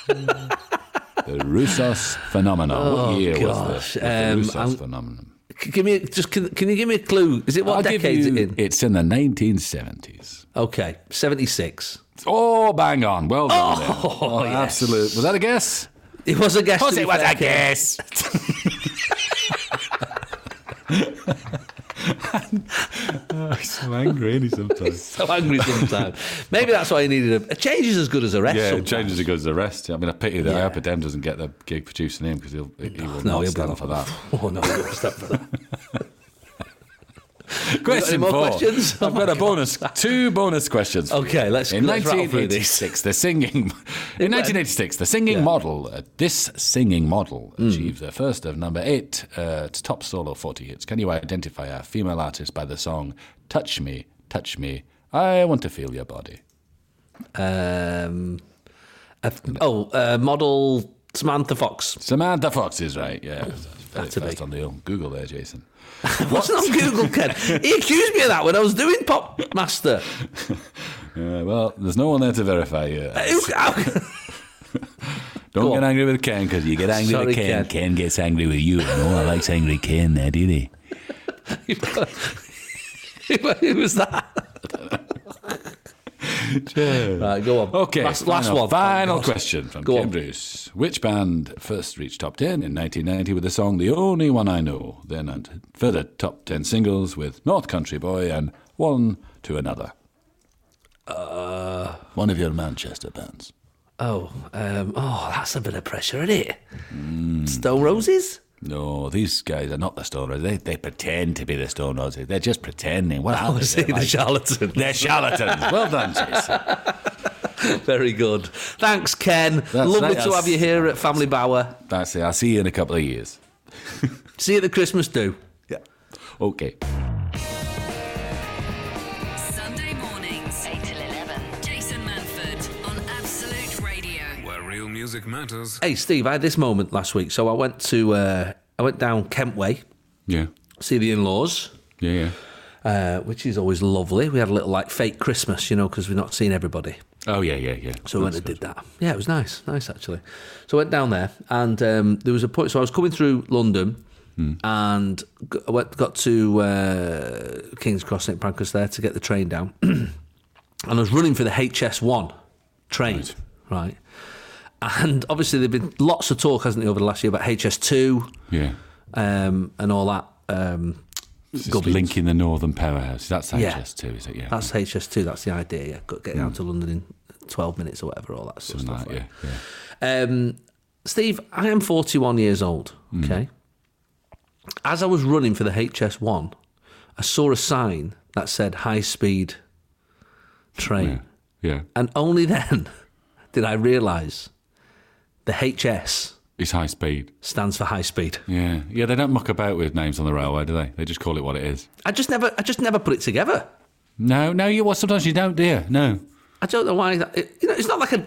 the Russos phenomenon. what year was Oh, gosh, this? the um, Russos I'm- phenomenon. C- Give me just can, can you give me a clue? Is it what I'll give decade is you- it in? It's in the 1970s. Okay, seventy six. Oh, bang on. Well done. there. Oh, yes. absolute. Was that a guess? It was a guess. to be fair, Ken. guess. I'm angry ain't he, sometimes. so angry sometimes. Maybe that's why he needed a, a change is as good as a rest. Yeah, it sometimes. changes it goes to the rest. I mean, I pity that Yeah. yeah. Dem doesn't get the gig producing him because he'll he he will No, he'll not be stand like, for that. Oh no, he'll stand for that. Question more four. questions? Oh I've my got a God. bonus, two bonus questions. for Okay, you. let's- In let's rattle through these. 1986, the singing. In 1986, the singing Yeah. Mm. model. Uh, this singing model achieved their first of number eight uh, to top solo 40 hits. Can you identify a female artist by the song "Touch Me, Touch Me"? I want to feel your body. Um, a- oh, uh, model Samantha Fox. Samantha Fox is right. Yeah, very That's a fast big- on the old Google there, Jason. Wasn't on Google, Ken. He accused me of that when I was doing Pop Master. Yeah, Uh, well, there's no one there to verify you. Who- how- Don't Uh, Go get on. angry with Ken because you get angry Sorry, with Ken. Ken. Ken. gets angry with you. No one likes angry Ken, there, do they? Who was that? Right, go on. Okay, last, last final- one. Final Thank God. question from Go Ken on. Bruce. Which band first reached top 10 in 1990 with the song The Only One I Know? Then and further top 10 singles with North Country Boy and One to Another. Uh, one of your Manchester bands. Oh, um, oh, that's a bit of pressure, isn't it? Hmm. Stone Roses. No, these guys are not the Stone Roses. They, they pretend to be the Stone Roses. They're just pretending. What I was happens? saying They're, the charlatan. they're charlatans. well done, Jason. Very good. Thanks, Ken. Lovely right, to that's- have you here at Family Bower. That's it. I'll see you in a couple of years. See you at the Christmas do. Yeah. Okay. Sunday mornings, 8 till 11. Jason Manford on Absolute Radio. Where real music matters. Hey, Steve, I had this moment last week. So I went to uh, I went down Kent Way, Yeah. see the in-laws. Yeah, yeah. uh, which is always lovely. We had a little like fake Christmas, you know, because we've not seen everybody. Oh, yeah, yeah, yeah. So we went and did that. Yeah, it was nice, nice actually. So I went down there, and um, there was a point. So I was coming through London, and g- I went, got to uh, King's Cross St Pancras there to get the train down, and I was running for the HS1 train, right. And obviously, there've been lots of talk, hasn't there, over the last year about HS2 Yeah. um, and all that. Um, It's gubbins. linking the Northern Powerhouse. That's Yeah. HS2, is it? Yeah. That's HS2. That's the idea. Yeah, Go- getting out to London in 12 minutes or whatever. All that sort Something of like stuff. that, yeah. yeah. Um, Steve, I am 41 years old. Hmm. Okay. As I was running for the HS1, I saw a sign that said high speed train, Yeah. Yeah. and only then did I realise the HS It's high speed. stands for high speed. Yeah. Yeah, they don't muck about with names on the railway, do they? They just call it what it is. I just never, I just never put it together. No, no, you well, sometimes you don't, dear. No. I don't know why that. It, you know, it's not like a.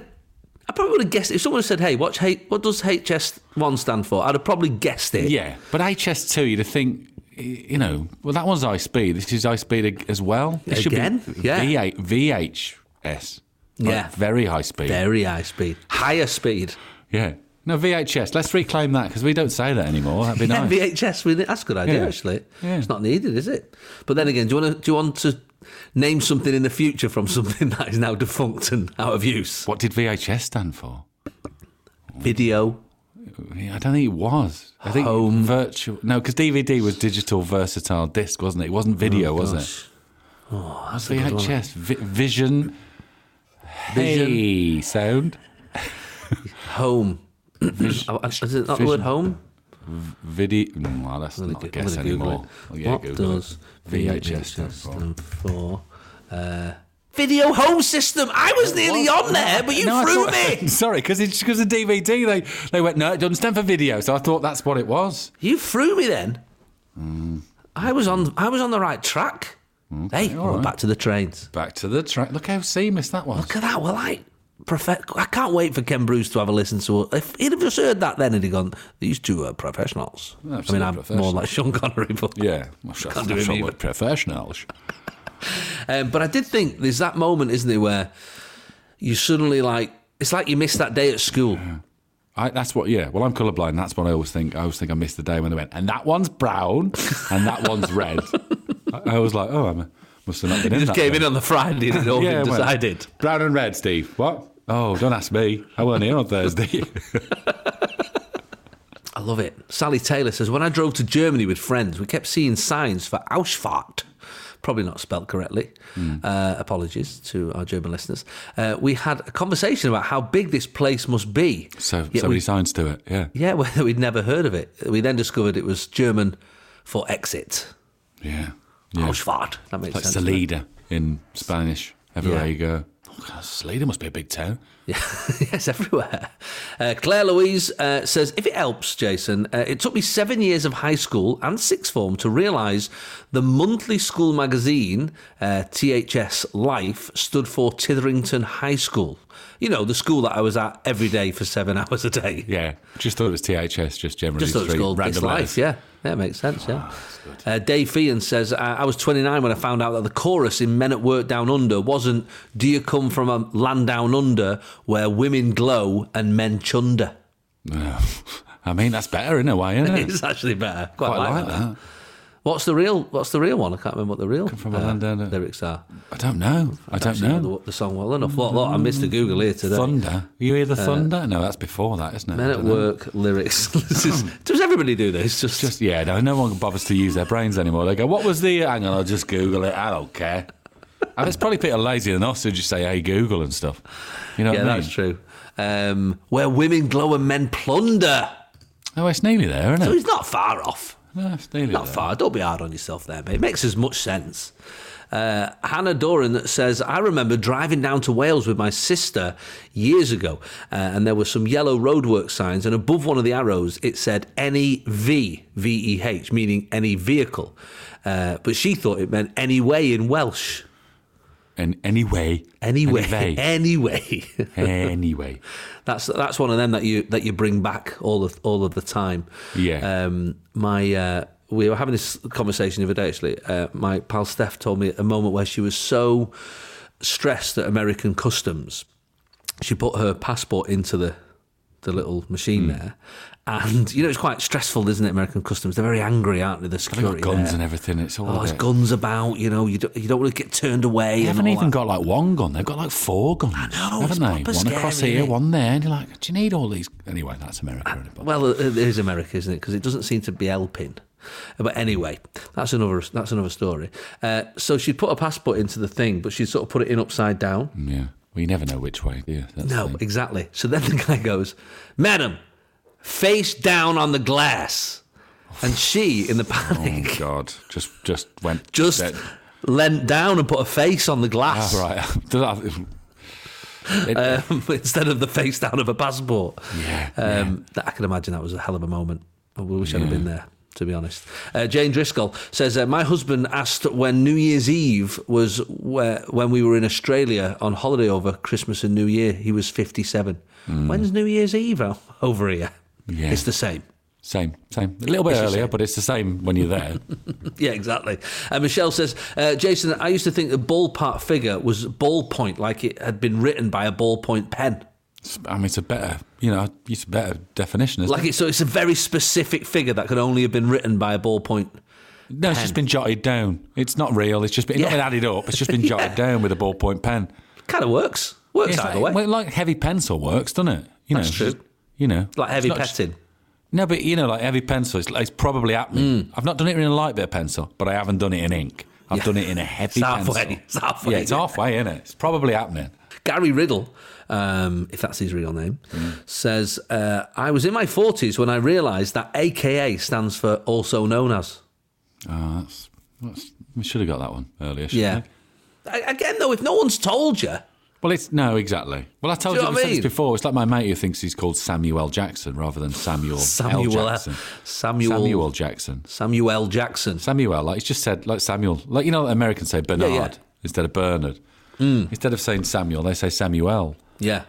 I probably would have guessed if someone said, "Hey, watch, H, what does HS one stand for?" I'd have probably guessed it. Yeah. But HS2, you'd think, y- you know, well, that one's high speed. This is high speed ag- as well. It Again? should be Yeah. V8, VHS. Like, Yeah. very high speed. very high speed, higher speed. Yeah. No, VHS. Let's reclaim that because we don't say that anymore. That'd be Yeah, nice. VHS. we- That's a good idea, Yeah. actually. Yeah. It's not needed, is it? But then again, do you want to do you want to name something in the future from something that is now defunct and out of use? What did VHS stand for? Video. I mean, I don't think it was. I think Home. virtual. No, because DVD was digital versatile disc, wasn't it? It wasn't video, was it? Oh, that's a good one. VHS, vi- vision, Vision. hey, sound, Home. Oh, is it not the word Vision. home? video. No, mm, that's not a I'm guess gonna Google anymore. it. Oh, yeah, what Google it. does VHS stand for? for? Uh, video home system. I was nearly on there, but you No, I threw thought- me. Sorry, because it's because of DVD. They they went no, it doesn't stand for video. So I thought that's what it was. You threw me then. Mm. I was on. I was on the right track. hey, all we're right. back to the trains. Back to the track. Look how seamless that was. Look at that. Well, I. Profe- I can't wait for Ken Bruce to have a listen to it. If he'd have just heard that then, he'd have gone, These two are professionals. I Absolute mean, I'm more professionals. like Sean Connery, but. Yeah, I'm sure, Can't do it either. professionals. Um, but I did think there's that moment, isn't there, where you suddenly like it's like you missed that day at school. I, that's what, yeah. Well, I'm colourblind. That's what I always think. I always think I missed the day when they went, and that one's brown, and that one's red. I, I was like, oh, I must have not been in You that just came day. in on the Friday and it all Yeah, been well, decided. Brown and red, Steve. What? Oh, don't ask me. I weren't here on Thursday. I love it. Sally Taylor says, When I drove to Germany with friends, we kept seeing signs for Ausfahrt, probably not spelt correctly. Hmm. Uh, apologies to our German listeners. Uh, we had a conversation about how big this place must be. So Yet so we- many signs to it. Yeah. yeah, whether we'd never heard of it. We then discovered it was German for exit. Yeah. Yeah. yeah. That makes like sense. doesn't it? Salida in Spanish. Everywhere Yeah. you go. Oh, God, Salida must be a big town. Yeah, yes, everywhere. Uh, Claire Louise uh, says, if it helps, Jason, uh, it took me seven years of high school and sixth form to realise the monthly school magazine, uh, THS Life, stood for Titherington High School. You know, the school that I was at every day for seven hours a day. Yeah. Just thought it was THS, just generally. Just thought it was three called random It's letters. Ah, Life, yeah. That makes sense, yeah. uh, Dave Feehan says, I-, I was 29 when I found out that the chorus in Men at Work Down Under wasn't Do You Come From a Land Down Under where women glow and men chunder. Yeah. I mean, that's better in a way, isn't it? It's actually better. Quite, Quite like, like that. that. What's the real? What's the real one? I can't remember what the real uh, from a land down under. lyrics are. I don't know. I don't Actually, know. the, the song well enough. Look, look, I missed a Google here today. Thunder. You hear the thunder? No, that's before that, isn't it? Uh, Men I at don't know. work lyrics. This is- does everybody do this? Just, Just yeah, no, no one bothers to use their brains anymore. They go, "What was the?" Hang on, I'll just Google it. I don't care. And it's probably people lazier than us who just say, "Hey, Google" and stuff. You know yeah, what I mean? that's true. Um, where women glow and men plunder. Oh, it's nearly there, isn't So it? he's not far off. No, it's nearly Not there. far. Don't be hard on yourself there, mate. It makes as much sense. Uh, Hannah Doran that says, I remember driving down to Wales with my sister years ago, uh, and there were some yellow roadwork signs, and above one of the arrows it said any V, V E H, meaning any vehicle. Uh, but she thought it meant any way in Welsh. And anyway, Anyway, anyway, anyway, anyway. that's that's one of them that you that you bring back all of all of the time. Yeah. Um, my uh, we were having this conversation the other day. Actually, uh, my pal Steph told me a moment where she was so stressed at American customs, she put her passport into the the little machine Hmm. there, and you know it's quite stressful, isn't it? American customs they're very angry, aren't they? The They've security got guns there. and everything. It's all. Oh, a there's bit- guns about, you know. You don't, you don't want to get turned away. They and haven't all even that. got like one gun. They've got like four guns, I know, it's haven't they? proper One across scary, here, innit? one there, and you're like, do you need all these? Anyway, that's America. isn't it? But- Well, it it is America, isn't it? Because it doesn't seem to be helping. But anyway, that's another that's another story. Uh, so she put her passport into the thing, but she sort of put it in upside down. yeah, well, you never know which way. Yeah, that's No, the thing. exactly. So then the guy goes, "Madam, face down on the glass," and she, in the panic, Oh God! Just, just went. just dead. leant down and put a face on the glass. Oh, right. Does that- It- um, instead of the face down of a passport. Yeah, Um, That, I can imagine that was a hell of a moment. I wish I'd have been there, to be honest. Uh, Jane Driscoll says, uh, My husband asked when New Year's Eve was where, when we were in Australia on holiday over Christmas and New Year. He was 57. When's New Year's Eve o- over here? Hmm. Yeah. It's the same. same, same. A little bit earlier, but it's the same when you're there. Yeah, exactly. And Michelle says, uh, Jason, I used to think the ballpark figure was ballpoint, like it had been written by a ballpoint pen. It's- I mean, it's a better, you know, it's a better definition. Isn't Like it? it, so it's a very specific figure that could only have been written by a ballpoint. No, it's just been jotted down. It's not real. It's just been, Yeah. not been added up. It's just been Yeah. jotted down with a ballpoint pen. Kind of works. Works It's either like, way. well, like heavy pencil works, doesn't it? You know, That's it's true. just- you know, Like heavy it's not just- petting. No, but you know, like heavy pencil, it's, it's probably at me. I've not done it in a light bit of pencil, but I haven't done it in ink. I've Hmm. Yeah. done it in a heavy It's halfway. pencil. It's halfway. Yeah, it's halfway, isn't it? It's probably happening. Gary Riddle, um, if that's his real name, Mm. says, uh, I was in my 40s when I realised that AKA stands for also known as. Oh, that's, that's we should have got that one earlier. shouldn't Yeah. we? I, again, though, if no one's told you, Well, it's no, exactly. Well, I told Do you, you know we what I said this mean? before. It's like my mate who thinks he's called Samuel Jackson rather than Samuel Samuel, L. uh, Jackson. Samuel- Samuel Jackson. Samuel Jackson. Samuel, like he's just said, like Samuel, like you know, Americans say Bernard yeah. Hmm. instead of Bernard. Instead of saying Samuel, they say Samuel. Yeah.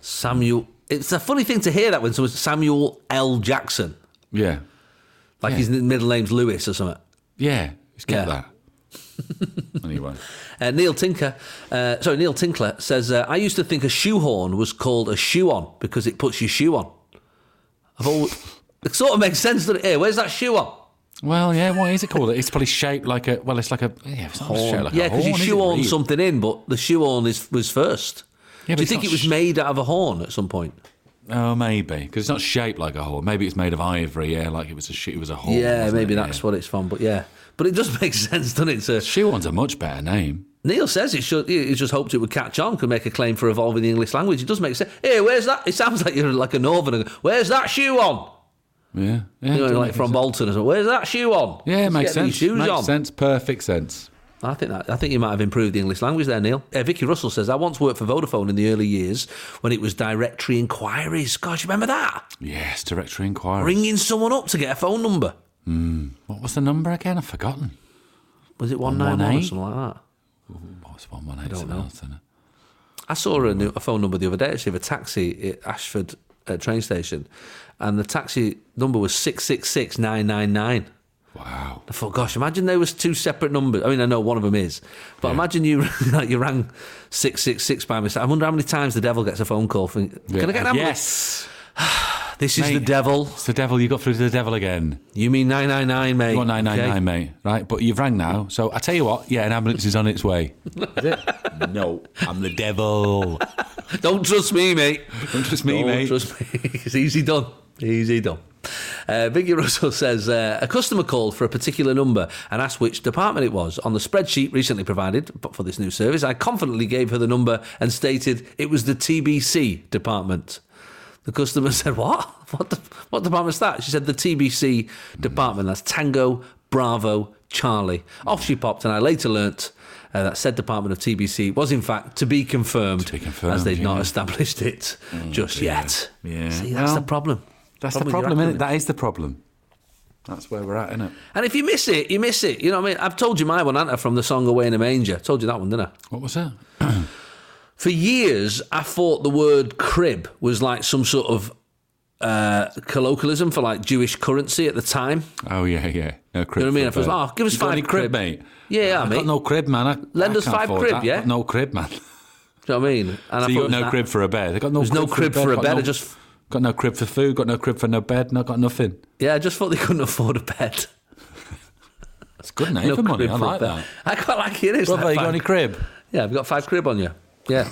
Samuel. It's a funny thing to hear that when someone's Samuel L. Jackson. Yeah, Like Yeah. his middle name's Lewis or something. yeah, he's got Yeah. that. anyway, Uh, Neil Tinker, uh, sorry, Neil Tinkler says, uh, I used to think a shoehorn was called a shoe on because it puts your shoe on. I've always, it sort of makes sense, doesn't it? Hey, where's that shoe on? well, yeah, what is it called? It's probably shaped like a. Well, it's like a. Yeah, it's not shaped like a yeah, because you horn, is it, shoe on really? something in, but the shoe on is, was first. Yeah, but Do you it's think not it was sh- made out of a horn at some point? Oh, maybe because it's not shaped like a horn. Maybe it's made of ivory. Yeah, like it was a sh- it was a horn. yeah, wasn't maybe it? that's Yeah. what it's from, but yeah. But it does make sense, doesn't it? To, She wants a much better name. Neil says he, should, he just hoped it would catch on, could make a claim for evolving the English language. It does make sense. Hey, where's that? It sounds like you're like a northerner. Where's that shoe on? Yeah, yeah, You it know, does like make from sense. Bolton or something. Where's that shoe on? Yeah, it Let's makes get these sense. Shoes makes on. sense. Perfect sense. I think that, I think you might have improved the English language there, Neil. Uh, Vicky Russell says I once worked for Vodafone in the early years when it was directory inquiries. Gosh, remember that? Yes, directory inquiry. Ringing someone up to get a phone number. What was the number again? I've forgotten. Was it one nine one or 118? something like that? What's one one eight? Something know. else, isn't it? I saw a, new, a phone number the other day, actually, of a taxi at Ashford uh, train station, and the taxi number was 666999. Wow. I thought, gosh, imagine there was two separate numbers. I mean, I know one of them is, but imagine you like you rang 666 by mistake. I wonder how many times the devil gets a phone call from, can I get an ambulance? Yes. This is the Mate. devil. It's the devil. You got through to the devil again. You mean 999, mate. You want nine nine okay? nine, mate? Right, but you've rang now. So I tell you what. Yeah, an ambulance is on its way. Is it? no, I'm the devil. Don't trust me, mate. Don't trust me, Don't mate. Trust me. it's easy done. Easy done. Uh, Vicky Russell says uh, a customer called for a particular number and asked which department it was. On the spreadsheet recently provided but for this new service, I confidently gave her the number and stated it was the TBC department. The customer said, "What? What? The, what department's that?" She said, "The TBC department. That's Tango Bravo Charlie." Off she popped, and I later learnt uh, that said department of TBC was in fact to be confirmed, be confirmed, as they'd not yeah. established it just yet. Oh, Yeah. See, that's Well, the problem. That's the with your problem, is acronym. That is the problem. That's where we're at, isn't it? And if you miss it, you miss it. You know what I mean? I've told you my one, Anta, from the song "Away in a Manger." told you that one, didn't I? What was that? For years, I thought the word crib was like some sort of uh, colloquialism for like Jewish currency at the time. Oh yeah, yeah. No crib. You know what I mean? for I a thought, bit. "Oh, give us You got five any crib, crib." mate. Yeah, yeah, I mate. got no crib, man. I, Lend I us can't five afford crib, that. yeah? Got no crib, man. Do you know what I mean? And I So you thought got no that- crib for a bed. I got no. There's no crib for a got bed, no- I just- got no crib for food. Got no crib for no bed. No, got nothing. Yeah, I just thought they couldn't afford a bed. It's good name No for money. crib I for a like bed. that. I quite like it. It's Brother, like you got five- any crib? Yeah, I've got five crib on you. Yeah.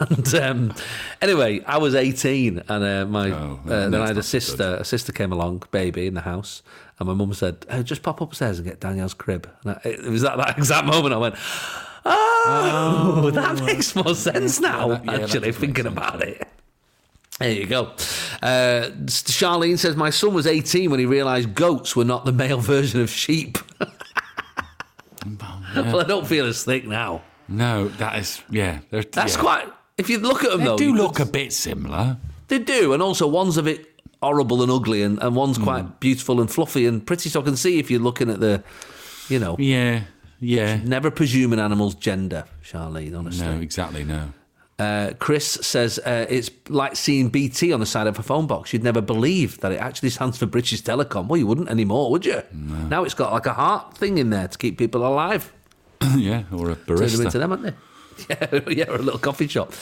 and um, anyway, I was 18 and uh, my Oh, well, uh, then I that's had a not so sister. A sister came along, baby, in the house. And my mum said, oh, just pop upstairs and get Danielle's crib. And I, it was at that exact moment I went, oh, that makes more sense now, that- yeah, that actually, does make thinking sense, about it. There you go. Uh, Charlene says, My son was 18 when he realised goats were not the male version of sheep. well, I don't feel as thick now. No, that is yeah. they're- That's yeah. quite. If you look at them, They though, do you- look a bit similar. They do, and also one's a bit horrible and ugly, and, and one's Hmm. quite beautiful and fluffy and pretty. So I can see if you're looking at the, you know, Yeah, yeah. never presume an animal's gender, Charlene. Honestly, No, exactly. No. uh, Chris says uh, it's like seeing BT on the side of a phone box. You'd never believe that it actually stands for British Telecom. Well, you wouldn't anymore, would you? Now it's got like a heart thing in there to keep people alive. yeah, or a Turn them into barista. them, aren't they? Yeah, yeah, or a little coffee shop.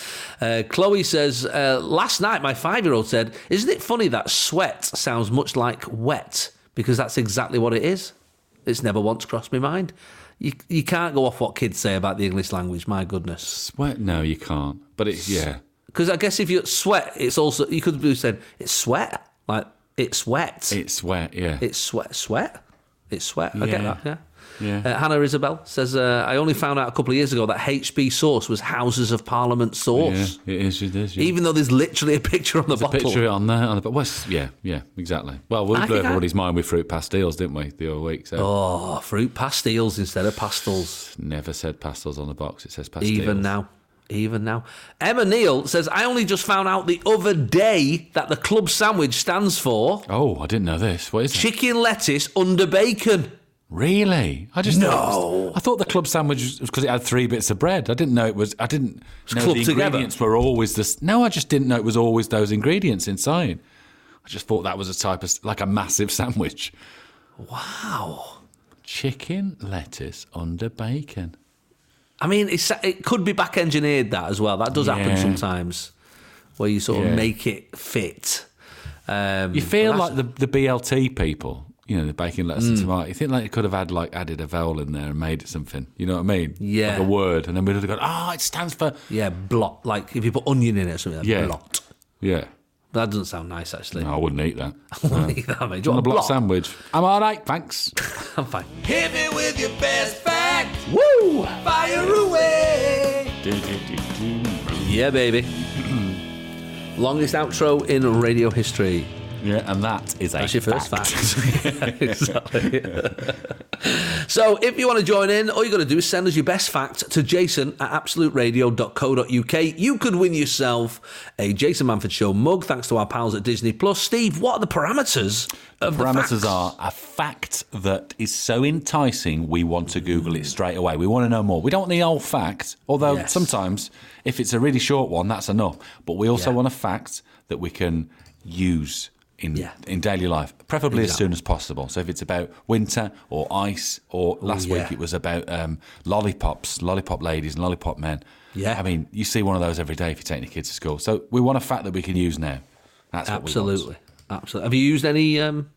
Uh, Chloe says, uh, last night my five year old said, Isn't it funny that sweat sounds much like wet? Because that's exactly what it is. It's never once crossed my mind. You, you can't go off what kids say about the English language, my goodness. Sweat? No, you can't. But it's yeah. Because I guess if you sweat, it's also, you could be saying, It's sweat. Like, it's wet. It's wet. Yeah. It's sweat, sweat. It's sweat. I get Yeah. that. Yeah. Yeah. Uh, Hannah Isabel says, uh, "I only found out a couple of years ago that HB sauce was Houses of Parliament yeah. sauce, It is. It is. Oh, Yeah. even though there's literally a picture on the There's a bottle." picture of it on there. On the, but what's, yeah, yeah, exactly. Well, we I blew think I- everybody's mind with fruit pastilles, didn't we, the other week? So oh, fruit pastils instead of pastels. never said pastels on the box. It says pastilles. Even now, even now. Emma Neal says, "I only just found out the other day that the club sandwich stands for Oh, I didn't know this. What is it? chicken lettuce under bacon." Really? I just Thought it was- No. I thought the club sandwich was because it had three bits of bread. I didn't know it was. I didn't know clubbed the together. ingredients were always this. No, I just didn't know it was always those ingredients inside. I just thought that was a type of like a massive sandwich. Wow. Chicken, lettuce under bacon. I mean, it's, it could be back engineered that as well. That does happen Yeah. sometimes, where you sort Yeah. of make it fit. Um, You feel but like that's- Mm. the, the BLT people, you know, the bacon, lettuce, and tomato. You think like they could have had like added a vowel in there and made it something. You know what I mean? Yeah. like a word, and then we'd have gone, oh, it stands for yeah blot. Like if you put onion in it or something, that's Yeah. blot. yeah. That doesn't sound nice, actually. No, I wouldn't eat that. I won't eat that, mate. Do you want On a a block block? sandwich. I'm all right, thanks. I'm fine. Hit me with your best fact. Woo! Fire away. Yeah, baby. Longest outro in radio history. yeah, and that is a That's your first fact. exactly. so if you want to join in, all you got to do is send us your best fact to jason at absoluteradio.co.uk. You could win yourself a Jason Manford Show mug thanks to our pals at Disney Plus. Steve, what are the parameters of the Parameters facts? are a fact that is so enticing we want to Google it straight away. We want to know more. We don't want the old fact, although Yes. sometimes if it's a really short one, that's enough. But we also Yeah. want a fact that we can use in Yeah. in daily life, preferably as Exactly. soon as possible. So if it's about winter or ice, or last yeah. week it was about um, lollipops, lollipop ladies and lollipop men. Yeah. I mean, you see one of those every day if you're taking your kids to school. So we want a fact that we can use now. That's what we want. Absolutely. Absolutely. Have you used any? Um,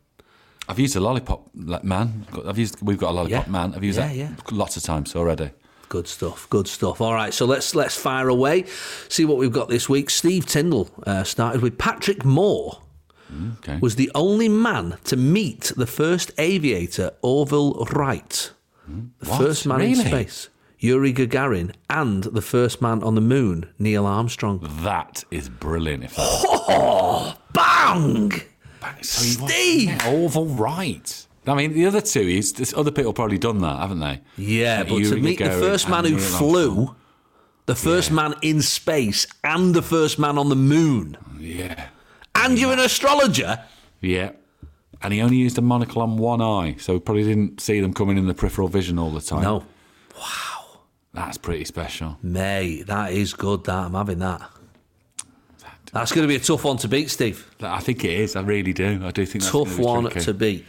I've used a lollipop like, man. I've used. We've got a lollipop Yeah. man. I've used Yeah, that yeah. lots of times already. Good stuff. Good stuff. All right, so let's let's fire away. See what we've got this week. Steve Tyndall uh, started with Patrick Moore Okay. was the only man to meet the first aviator Orville Wright, the What? first man in Really? space, Yuri Gagarin, and the first man on the moon, Neil Armstrong. that is brilliant. If that's Bang! Steve! yeah, Orville Wright. I mean, the other two is this other people have probably done that, haven't they? Yeah, Like but to Yuri meet the Gagarin first and man who Neil Armstrong. flew, the first man in space, and the first man on the moon, Yeah, and you're an astrologer. yeah. And he only used a monocle on one eye, so we probably didn't see them coming in the peripheral vision all the time. No, that's pretty special. Mate, that is good. That I'm having that. That's going to be a tough one to beat, Steve. I think it is. I really do. I do think that's tough gonna be one tricky. to beat.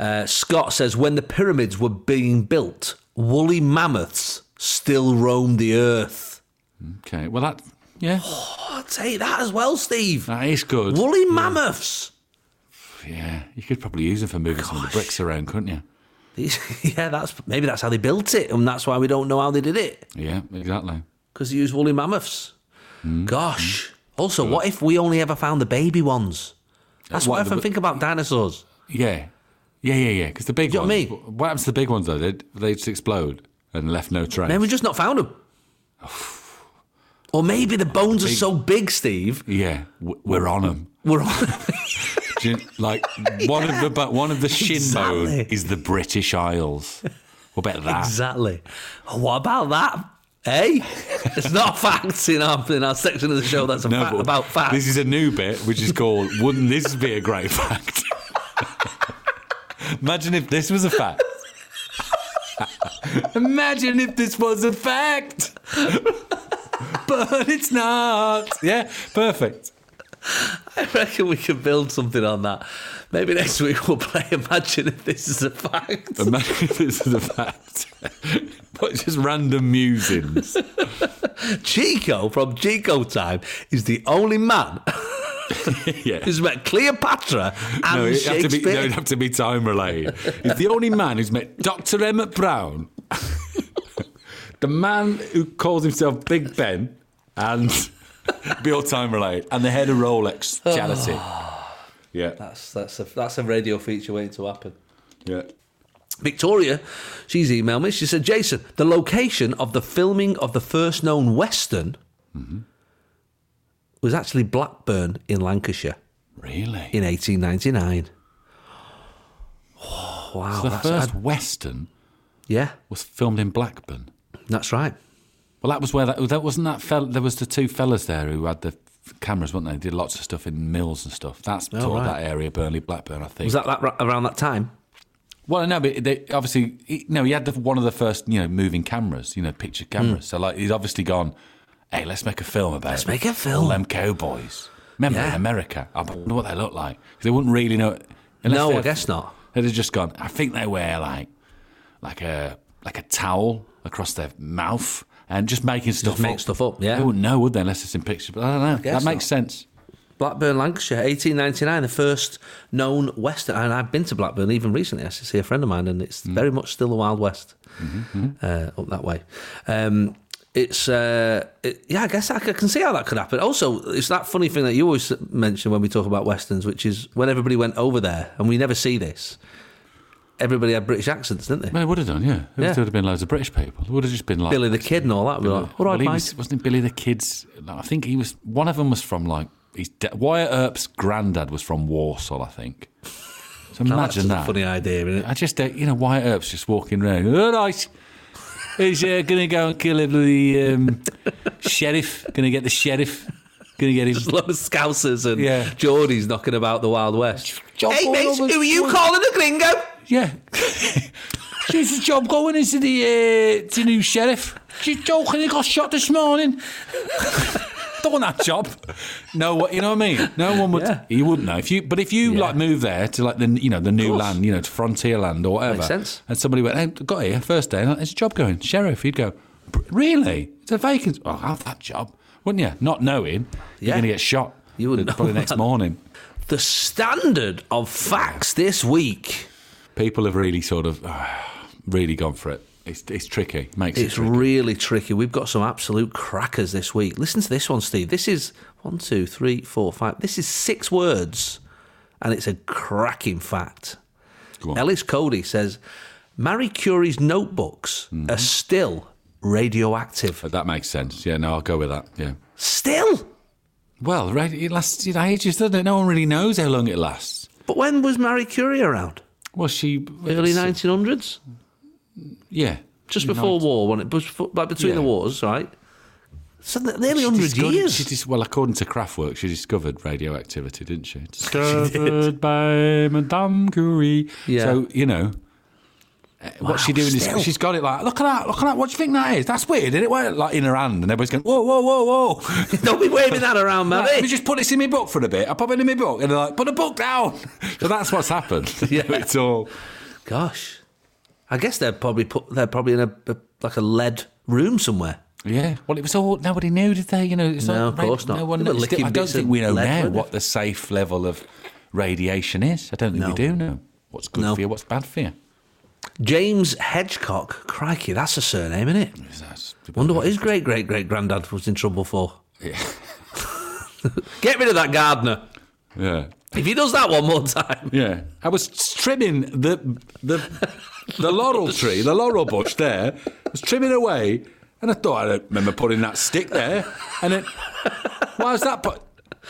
Uh, Scott says when the pyramids were being built, woolly mammoths still roamed the earth. Okay. Well, that yeah, I'll take that as well, Steve. that is good. Woolly mammoths. Yeah, you could probably use them for moving some of the bricks around, couldn't you? These- yeah, that's maybe that's how they built it, and that's why we don't know how they did it Yeah, exactly. because they used woolly mammoths. Hmm. Gosh. Also, what if we only ever found the baby ones? That's what, What, I often the- think about dinosaurs. Yeah, yeah, yeah, yeah. Because the big You know ones. what I What happens to the big ones though? They they just explode and left no trace. Maybe we just not found them. Or maybe the bones are so big, Steve. yeah, w- we're on them. We're on. Do you- like one of the but one of the shin Exactly. bone is the British Isles. We'll bet that. exactly. Oh, what about that? Hey, it's not facts in our in our section of the show. That's a No, fact but about facts. This is a new bit, which is called "Wouldn't this be a great fact?" Imagine if this was a fact. Imagine if this was a fact, but it's not. Yeah, perfect. I reckon we can build something on that. Maybe next week we'll play. Imagine if this is a fact. Imagine if this was a fact, but just random musings. Chico from Chico Time is the only man Yeah. who's met Cleopatra and No, it'd have, to be, no, Shakespeare. it'd have to be time related. He's the only man who's met Dr. Emmett Brown, the man who calls himself Big Ben, and be all time related, and the head of Rolex charity. yeah, that's that's a that's a radio feature waiting to happen. yeah. Victoria, she's emailed me. She said, Jason, the location of the filming of the first known Western was actually Blackburn in Lancashire Really? in 1899. Oh, wow. the that's, first I- Western yeah, was filmed in Blackburn. that's right. Well, that was where that, that wasn't that fell. There was the two fellas there who had the f- cameras, weren't they? They did lots of stuff in mills and stuff. That's Oh, sort of right. that area, Burnley, Blackburn, I think. Was that, that ra- around that time? Well, no, but they, obviously, he, no, he had the, one of the first, you know, moving cameras, you know, picture cameras. So, like, he'd obviously gone, hey, let's make a film about Let's Hmm. make a All film." them cowboys. Remember Yeah. in America? I wonder what they look like. 'Cause they wouldn't really know. unless No, they- I guess not. They'd have just gone, I think they wear, like, like a like a towel across their mouth and just making stuff make up. stuff up, yeah. They wouldn't know, would they, unless it's in pictures? But I don't know. guess that makes sense. Blackburn, Lancashire, 1899, the first known Western. And I've been to Blackburn even recently, I should Mm. Mm-hmm, see a friend of mine, and it's very much still the Wild West uh, up that way. Um, it's uh, it, yeah, I guess I c- can see how that could happen. Also, it's that funny thing that you always mention when we talk about westerns, which is when everybody went over there, and we never see this. Everybody had British accents, didn't they? Well, it would have done, yeah. There Yeah. would have been loads of British people. It would have just been like Billy the Kid and all that. We were like, all Well, right, he mate. was, wasn't it Billy the Kid's? I think he was. One of them was from like his da- Wyatt Earp's granddad was from Warsaw, I think. So Now, imagine that's that. a funny idea, isn't it? I just, uh, you know, Wyatt Earp's just walking around. All right, he's uh, gonna go and kill the um, sheriff. Gonna get the sheriff. Gonna get him. There's a lot of scousers and Yeah. Geordies knocking about the Wild West. John hey, Paul mate, Roberts- who are you calling a gringo? Yeah. Jesus, John, going into the uh, to new sheriff. She's joking, he got shot this morning. Don't want that job. No, what you know what I mean. No one would. Yeah. You wouldn't know if you. But if you Yeah. like move there to like the you know the new course. land, you know to frontier land or whatever. Makes sense. And somebody went, "Hey, got here first day. There's a job going, sheriff." You'd go, "Br- "Really? It's a vacancy. Oh, I'll have that job, wouldn't you? Not knowing you're Yeah. going to get shot. You wouldn't know probably next that. morning. The standard of facts this week. people have really sort of ah, really gone for it. It's it's tricky. Makes It's it tricky. really tricky. We've got some absolute crackers this week. Listen to this one, Steve. This is one, two, three, four, five. This is six words, and it's a cracking fact. Go on. Ellis Cody says Marie Curie's notebooks are still radioactive. But that makes sense. Yeah, no, I'll go with that. Yeah. Still? Well, right, it lasts you know, ages, doesn't it? No one really knows how long it lasts. But when was Marie Curie around? Well, she Early it's- 1900s? Yeah, just before war, when it was befo- like between Yeah. the wars, right? So th- nearly She hundred discovered- years. She dis- well, according to Kraftwerk, she discovered radioactivity, didn't she? Discovered by Madame Curie. Yeah. So you know. uh, What's she Wow, doing? Is, still. she's got it like, look at that, look at that. What do you think that is? That's weird, isn't it? Well, Like in her hand, and everybody's going, whoa, whoa, whoa, whoa. Don't be waving that around, Like, Let me Marie. just put this in my book for a bit. I pop it in my book, and they're like, put the book down. So that's what's happened. Yeah. it's all. Gosh, I guess they're probably put. They're probably in a, a like a lead room somewhere. Yeah. Well, it was all nobody knew, did they? You know, it's No, not, of course not. No one. They were knows. licking I don't bits think of we know lead, now weren't they? what the safe level of radiation is. I don't think No. we do know what's good No. for you, what's bad for you. James Hedgecock. Crikey, that's a surname, isn't it? That's- Wonder what his great great great granddad was in trouble for. Get rid of that gardener. Yeah. If he does that one more time, Yeah, I was trimming the the the laurel tree, the laurel bush there. I was trimming away, and I thought I don't remember putting that stick there. And it, why was that? Put?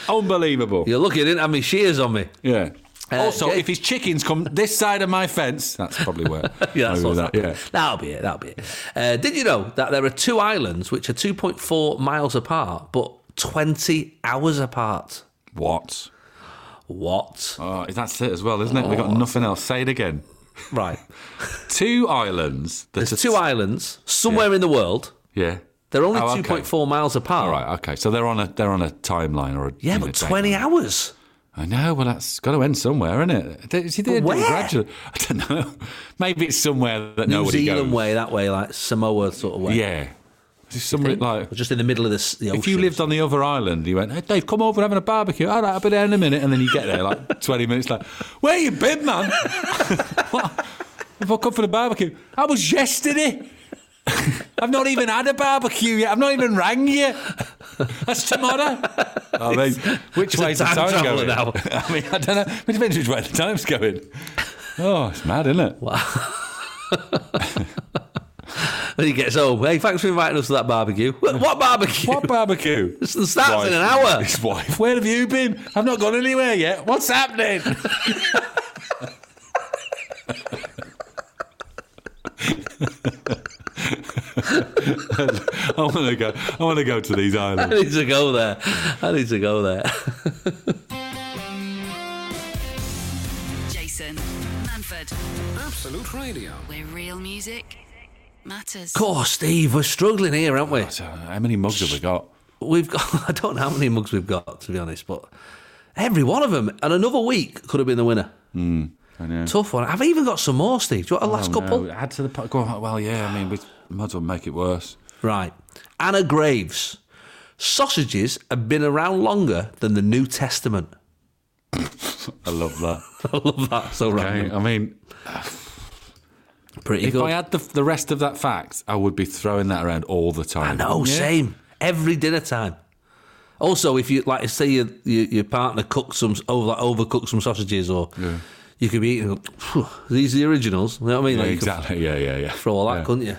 Unbelievable. you're lucky I didn't have my shears on me. Yeah. Uh, also, yeah. if his chickens come this side of my fence, that's probably where. yeah, that's maybe what's that, happening. Yeah. That'll be it. That'll be it. Uh, did you know that there are two islands which are 2.4 miles apart, but 20 hours apart? What? What? Oh, that's it as well, isn't it? We've got nothing else. Say it again. Right. Two islands. that There's are- two islands somewhere in the world. Yeah. They're only Oh, okay. 2.4 miles apart. All right. Okay. So they're on a they're on a timeline or a Yeah, you know, but date 20 hours. I know. Well, that's got to end somewhere, isn't it? They- see, they do it where? gradually. I don't know. Maybe it's somewhere that New nobody Zealand goes. way, that way, like Samoa sort of way. Yeah. It's somewhere like. Or just in the middle of the, s- the ocean. If you lived on the other island, you went, hey, Dave, come over, having a barbecue. All right, I'll be there in a minute. And then you get there, like 20 minutes later. Where you been, man? what? If I come for the barbecue, I was yesterday. I've not even had a barbecue yet. I've not even rang you. That's tomorrow. I mean, which it's a way's the time time traveller going? now. I mean, I don't know. It depends which way the time's going. Oh, it's mad, isn't it? When he gets home, hey, thanks for inviting us to that barbecue. What, what barbecue? What barbecue? It's- It starts in an hour. His wife. Where have you been? I've not gone anywhere yet. What's happening? I want to go. I want to go to these I islands. need to go there. I need to go there. Jason Manford, Absolute Radio. where real music matters. Course, Steve, we're struggling here, aren't we? So, uh, how many mugs have we got? We've got, I don't know how many mugs we've got, to be honest, but every one of them, and another week could have been the winner. Hmm, I know. Tough one. I've even got some more, Steve. Do you want a last Oh, couple? no. Add to the pot. Go on. Well, yeah. I mean, we might as well make it worse. Right. Anna Graves. Sausages have been around longer than the New Testament. I love that. I love that. So Okay, right. I mean, Pretty if good. I had the, the rest of that fact, I would be throwing that around all the time. I know, Yeah. same. Every dinner time. Also, if you like, say your your, your partner cooks some over like overcooked some sausages, or you could be eating. "Phew, These are the originals. You know what I mean? Yeah, Like, you could exactly. Yeah, yeah, yeah. Throw all that, yeah. couldn't you?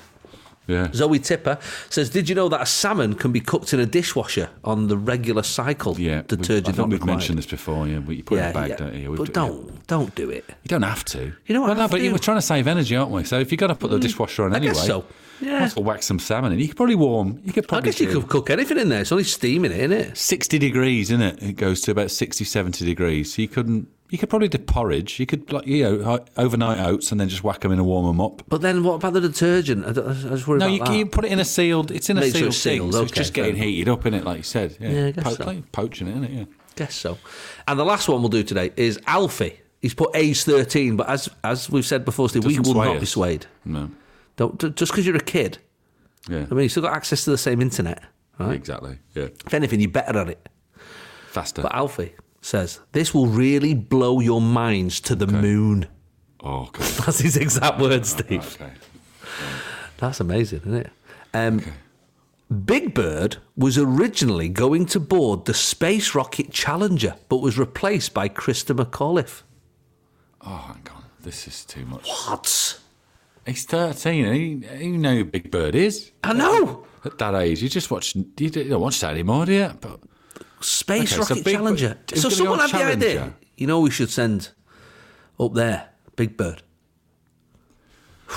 Yeah. Zoe Tipper says, "Did you know that a salmon can be cooked in a dishwasher on the regular cycle? Yeah, we- detergent I think not we've required." mentioned this before. Yeah, but you put it in a bag, don't you? We've but d- don't don't do it. You don't have to. You don't well, have no, but to. you were trying to save energy, aren't we? So if you've got to put the dishwasher on Mm. I anyway, guess so. Yeah. might as well whack some salmon in. You could probably warm. You could I probably guess you do could cook anything in there. It's only steaming it, isn't it? 60 degrees, isn't it? It goes to about 60, 70 degrees. So you couldn't. You could probably do porridge. You could, like, you know, like, overnight oats and then just whack them in and warm them up. But then what about the detergent? I, don't- I just worry No, about you, that. you put it in a sealed. It's in a Make sure sealed it's thing, sealed, so it's okay, just getting fair enough. heated up in it, like you said. Yeah, Yeah, I guess Po- so. like poaching it, isn't it? Yeah. Guess so. And the last one we'll do today is Alfie. He's put age 13, but as as we've said before, Steve, we Doesn't will sway not be us. swayed. No. Don't, d- just because you're a kid, Yeah. I mean, you've still got access to the same internet, right? Exactly. Yeah. If anything, you're better at it. Faster. But Alfie says, This will really blow your minds to the moon. oh, God. That's his exact words, Steve. Okay. That's amazing, isn't it? Um, Big Bird was originally going to board the space rocket Challenger, but was replaced by Krista McAuliffe. Oh, hang on. This is too much. What? He's 13. and He, you know who Big Bird is. I know. At that age, you just watch. You don't watch that anymore, do you? But Space Okay, so Rocket Big Bird- Challenger. who's so gonna go someone had the idea. Challenger? You know, we should send up there, Big Bird.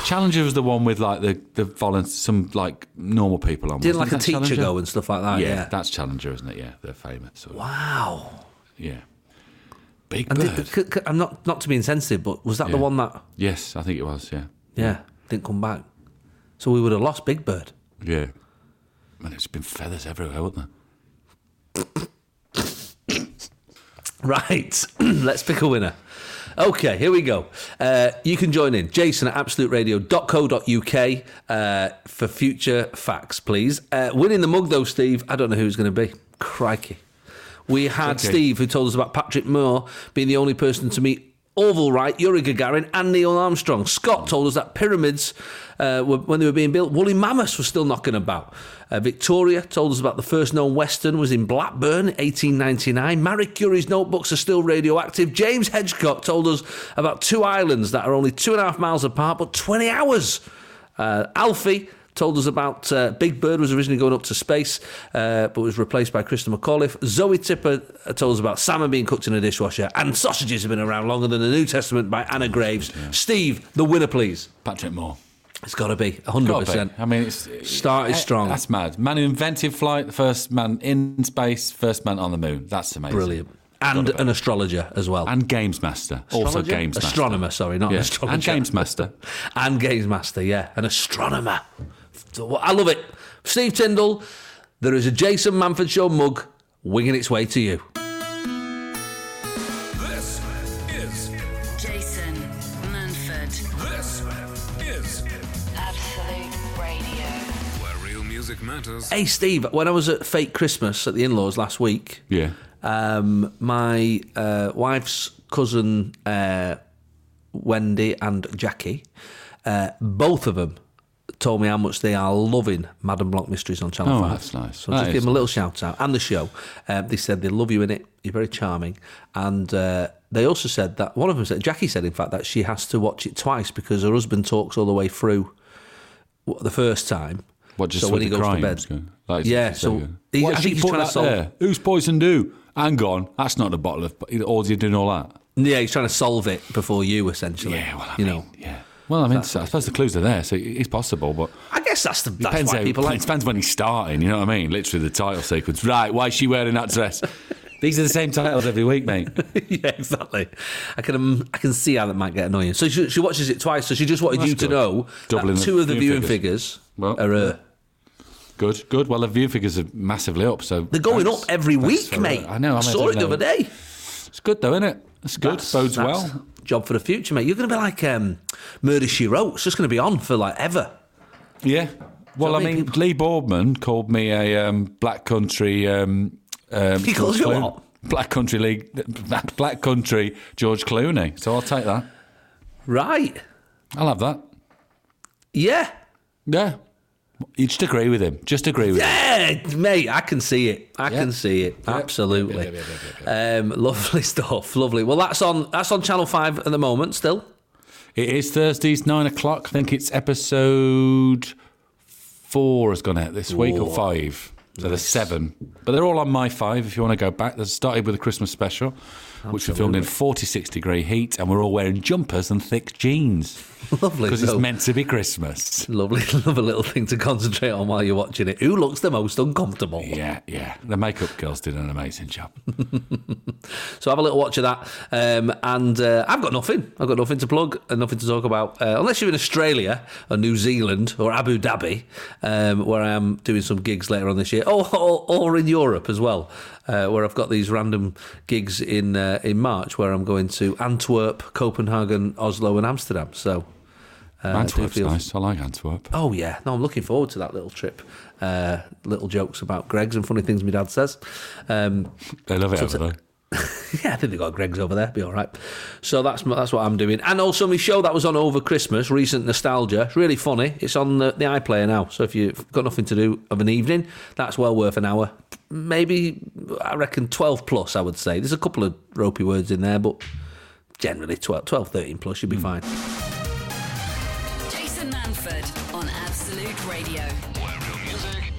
Challenger was the one with like the the volun some like normal people on. Didn't wasn't like a that teacher Challenger? go and stuff like that. yeah, Yeah. that's Challenger, isn't it? Yeah, they're famous. So, wow. Yeah, Big And Bird. did, c- c- I'm not not to be insensitive, but was that the Yeah. one that yes, I think it was. Yeah, yeah didn't come back? So we would have lost Big Bird. yeah. Man, it's been feathers everywhere, wasn't there? Right, let's pick a winner. Okay, here we go. Uh, you can join in, Jason at absoluteradio.co.uk uh, for future facts, please. Uh, winning the mug, though, Steve, I don't know who's going to be. Crikey. We had Okay. Steve, who told us about Patrick Moore being the only person to meet Orville Wright, Yuri Gagarin, and Neil Armstrong. Scott told us that pyramids, uh, were, when they were being built, woolly mammoths were still knocking about. Uh, Victoria told us about the first known Western was in Blackburn, 1899. Marie Curie's notebooks are still radioactive. James Hedgecock told us about two islands that are only two and a half miles apart, but 20 hours. Uh, Alfie told us about uh, Big Bird was originally going up to space, uh, but was replaced by Krista McAuliffe. Zoe Tipper uh, told us about salmon being cooked in a dishwasher, and sausages have been around longer than the New Testament by Anna Graves. Steve, the winner, please. Patrick Moore. It's got to be Gotta 100. be. percent I mean, it's Started eh, strong. That's mad. Man who invented flight, the first man in space, first man on the moon. That's amazing. Brilliant, and an astrologer as well, And games master, also Astrologer? games master. astronomer. Sorry, not Yeah. an astrologer. and games master. and games master, yeah, an astronomer. So, I love it. Steve Tyndall, there is a Jason Manford Show mug winging its way to you. This is Jason Manford, this is Absolute Radio. where real music matters. Hey Steve, when I was at Fake Christmas at the in-laws last week, Yeah. um, my uh, wife's cousin uh, Wendy and Jackie, uh, both of them told me how much they are loving Madam Block Mysteries on Channel Oh, 5. that's nice. So That just give is them a little shout out and the show. Um, they said they love you in it. You're very charming. And uh, they also said that one of them said, Jackie said, in fact, that she has to watch it twice because her husband talks all the way through w- the first time. What just so with when he the goes crime? to bed, Just go, like, yeah. just So say, he, "Why I did think you he's put trying to that solve. there? Who's poisoned who? Hang on, that's not a bottle of. Or you doing all that? Yeah, he's trying to solve it before you, essentially. Yeah, well, I you mean, know. yeah. Well, I mean, so I suppose the clues are there, so it's possible, but I guess that's the that's depends, why how- people like. depends when he's starting. You know what I mean? Literally the title sequence. Right? Why is she wearing that dress? These are the same titles every week, mate. yeah, exactly. I can um, I can see how that might get annoying. So she, she watches it twice. So she just wanted That's you to good. know Doubling that the two of the viewing viewing figures, Well, are uh, her. Good, good. Well, the view figures are massively up, so They're going thanks- up every thanks week, for, uh, mate. I know. I, I mean, saw it don't the other know. day. It's good, though, isn't it? It's good. That's- Bodes that's well. Job for the future, mate. You're going to be like um, Murder She Wrote. It's just going to be on for like ever. Yeah. Well, So I many mean, people- Lee Boardman called me a um, Black Country. Um, um, He calls George you Clooney- what? Black Country League, Black Country George Clooney. So I'll take that. Right. I'll have that. Yeah. Yeah. You just agree with him. Just agree with him. Eh, mate, I can see it. I Yeah. can see it. Yeah. Absolutely. Yeah, yeah, yeah, Um, lovely stuff. Lovely. Well, that's on that's on Channel Five at the moment. Still, It is Thursdays, nine o'clock. I think it's episode four has gone out this week or five. So there's seven. But they're all on my five if you want to go back. They started with a Christmas special, which we filmed in 46 degree heat, and we're all wearing jumpers and thick jeans lovely. because it's though. meant to be Christmas. Lovely, lovely little thing to concentrate on while you're watching it. Who looks the most uncomfortable? Yeah, yeah. The makeup girls did an amazing job. So have a little watch of that. Um, and uh, I've got nothing. I've got nothing to plug and nothing to talk about. Uh, unless you're in Australia or New Zealand or Abu Dhabi, um, where I am doing some gigs later on this year, or, or, or in Europe as well, uh, where I've got these random gigs in uh, in March where I'm going to Antwerp, Copenhagen, Oslo, and Amsterdam. So. Uh, do Antwerp's feel- nice. I like Antwerp. Oh yeah, no, I'm looking forward to that little trip. Uh, little jokes about Greg's and funny things my dad says. Um, They love it over there. yeah, I think they got Greg's over there. Be all right. So that's my- that's what I'm doing. And also, my show that was on over Christmas, recent nostalgia. It's really funny. It's on the, the iPlayer now. So if you've got nothing to do of an evening, that's well worth an hour. Maybe I reckon 12 plus. I would say there's a couple of ropey words in there, but generally 12, 12 13 plus, you'll be fine. Jason Manford on Absolute Radio. Where real music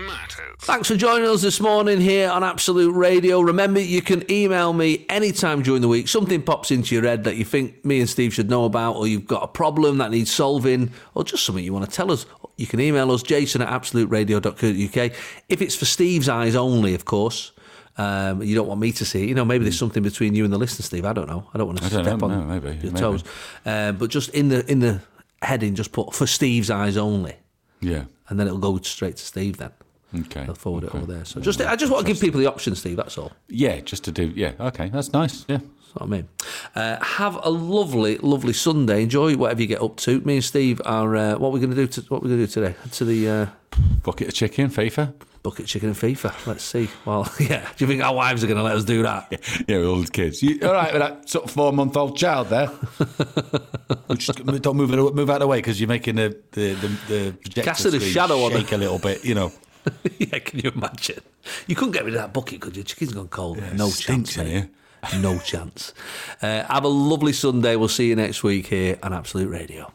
matters. Thanks for joining us this morning here on Absolute Radio. Remember, you can email me anytime during the week. Something pops into your head that you think me and Steve should know about, or you've got a problem that needs solving, or just something you want to tell us. You can email us, jason at absoluteradio.co.uk. If it's for Steve's eyes only, of course, um, you don't want me to see it. You know, maybe there's something between you and the listener, Steve. I don't know. I don't want to Hmm. I don't step know. on No, maybe, your maybe. toes. Um, but just in the in the heading, just put for Steve's eyes only, Yeah. and then it'll go straight to Steve then. Okay. They'll forward okay. it over there. So just, I just want to give people the option, Steve. That's all. Yeah, just to do. Yeah, okay, that's nice. Yeah, That's what I mean. Uh, have a lovely, lovely Sunday. Enjoy whatever you get up to. Me and Steve are. Uh, what we're going to do? To, what we're going to do today? To the uh, bucket of chicken, FIFA. bucket chicken and FIFA. Let's see. Well, yeah. Do you think our wives are going to let us do that? Yeah, with all the kids. You, all right, with that sort of four-month-old child there. Well, just m- don't move it, move out of the way because you're making the the the, the projector Cast a screen shadow on the- shake a little bit. You know, yeah. Can you imagine? You couldn't get rid of that bucket, could you? Chicken's gone cold. no stinks chance. in mate. here. No chance. Uh, have a lovely Sunday. We'll see you next week here on Absolute Radio.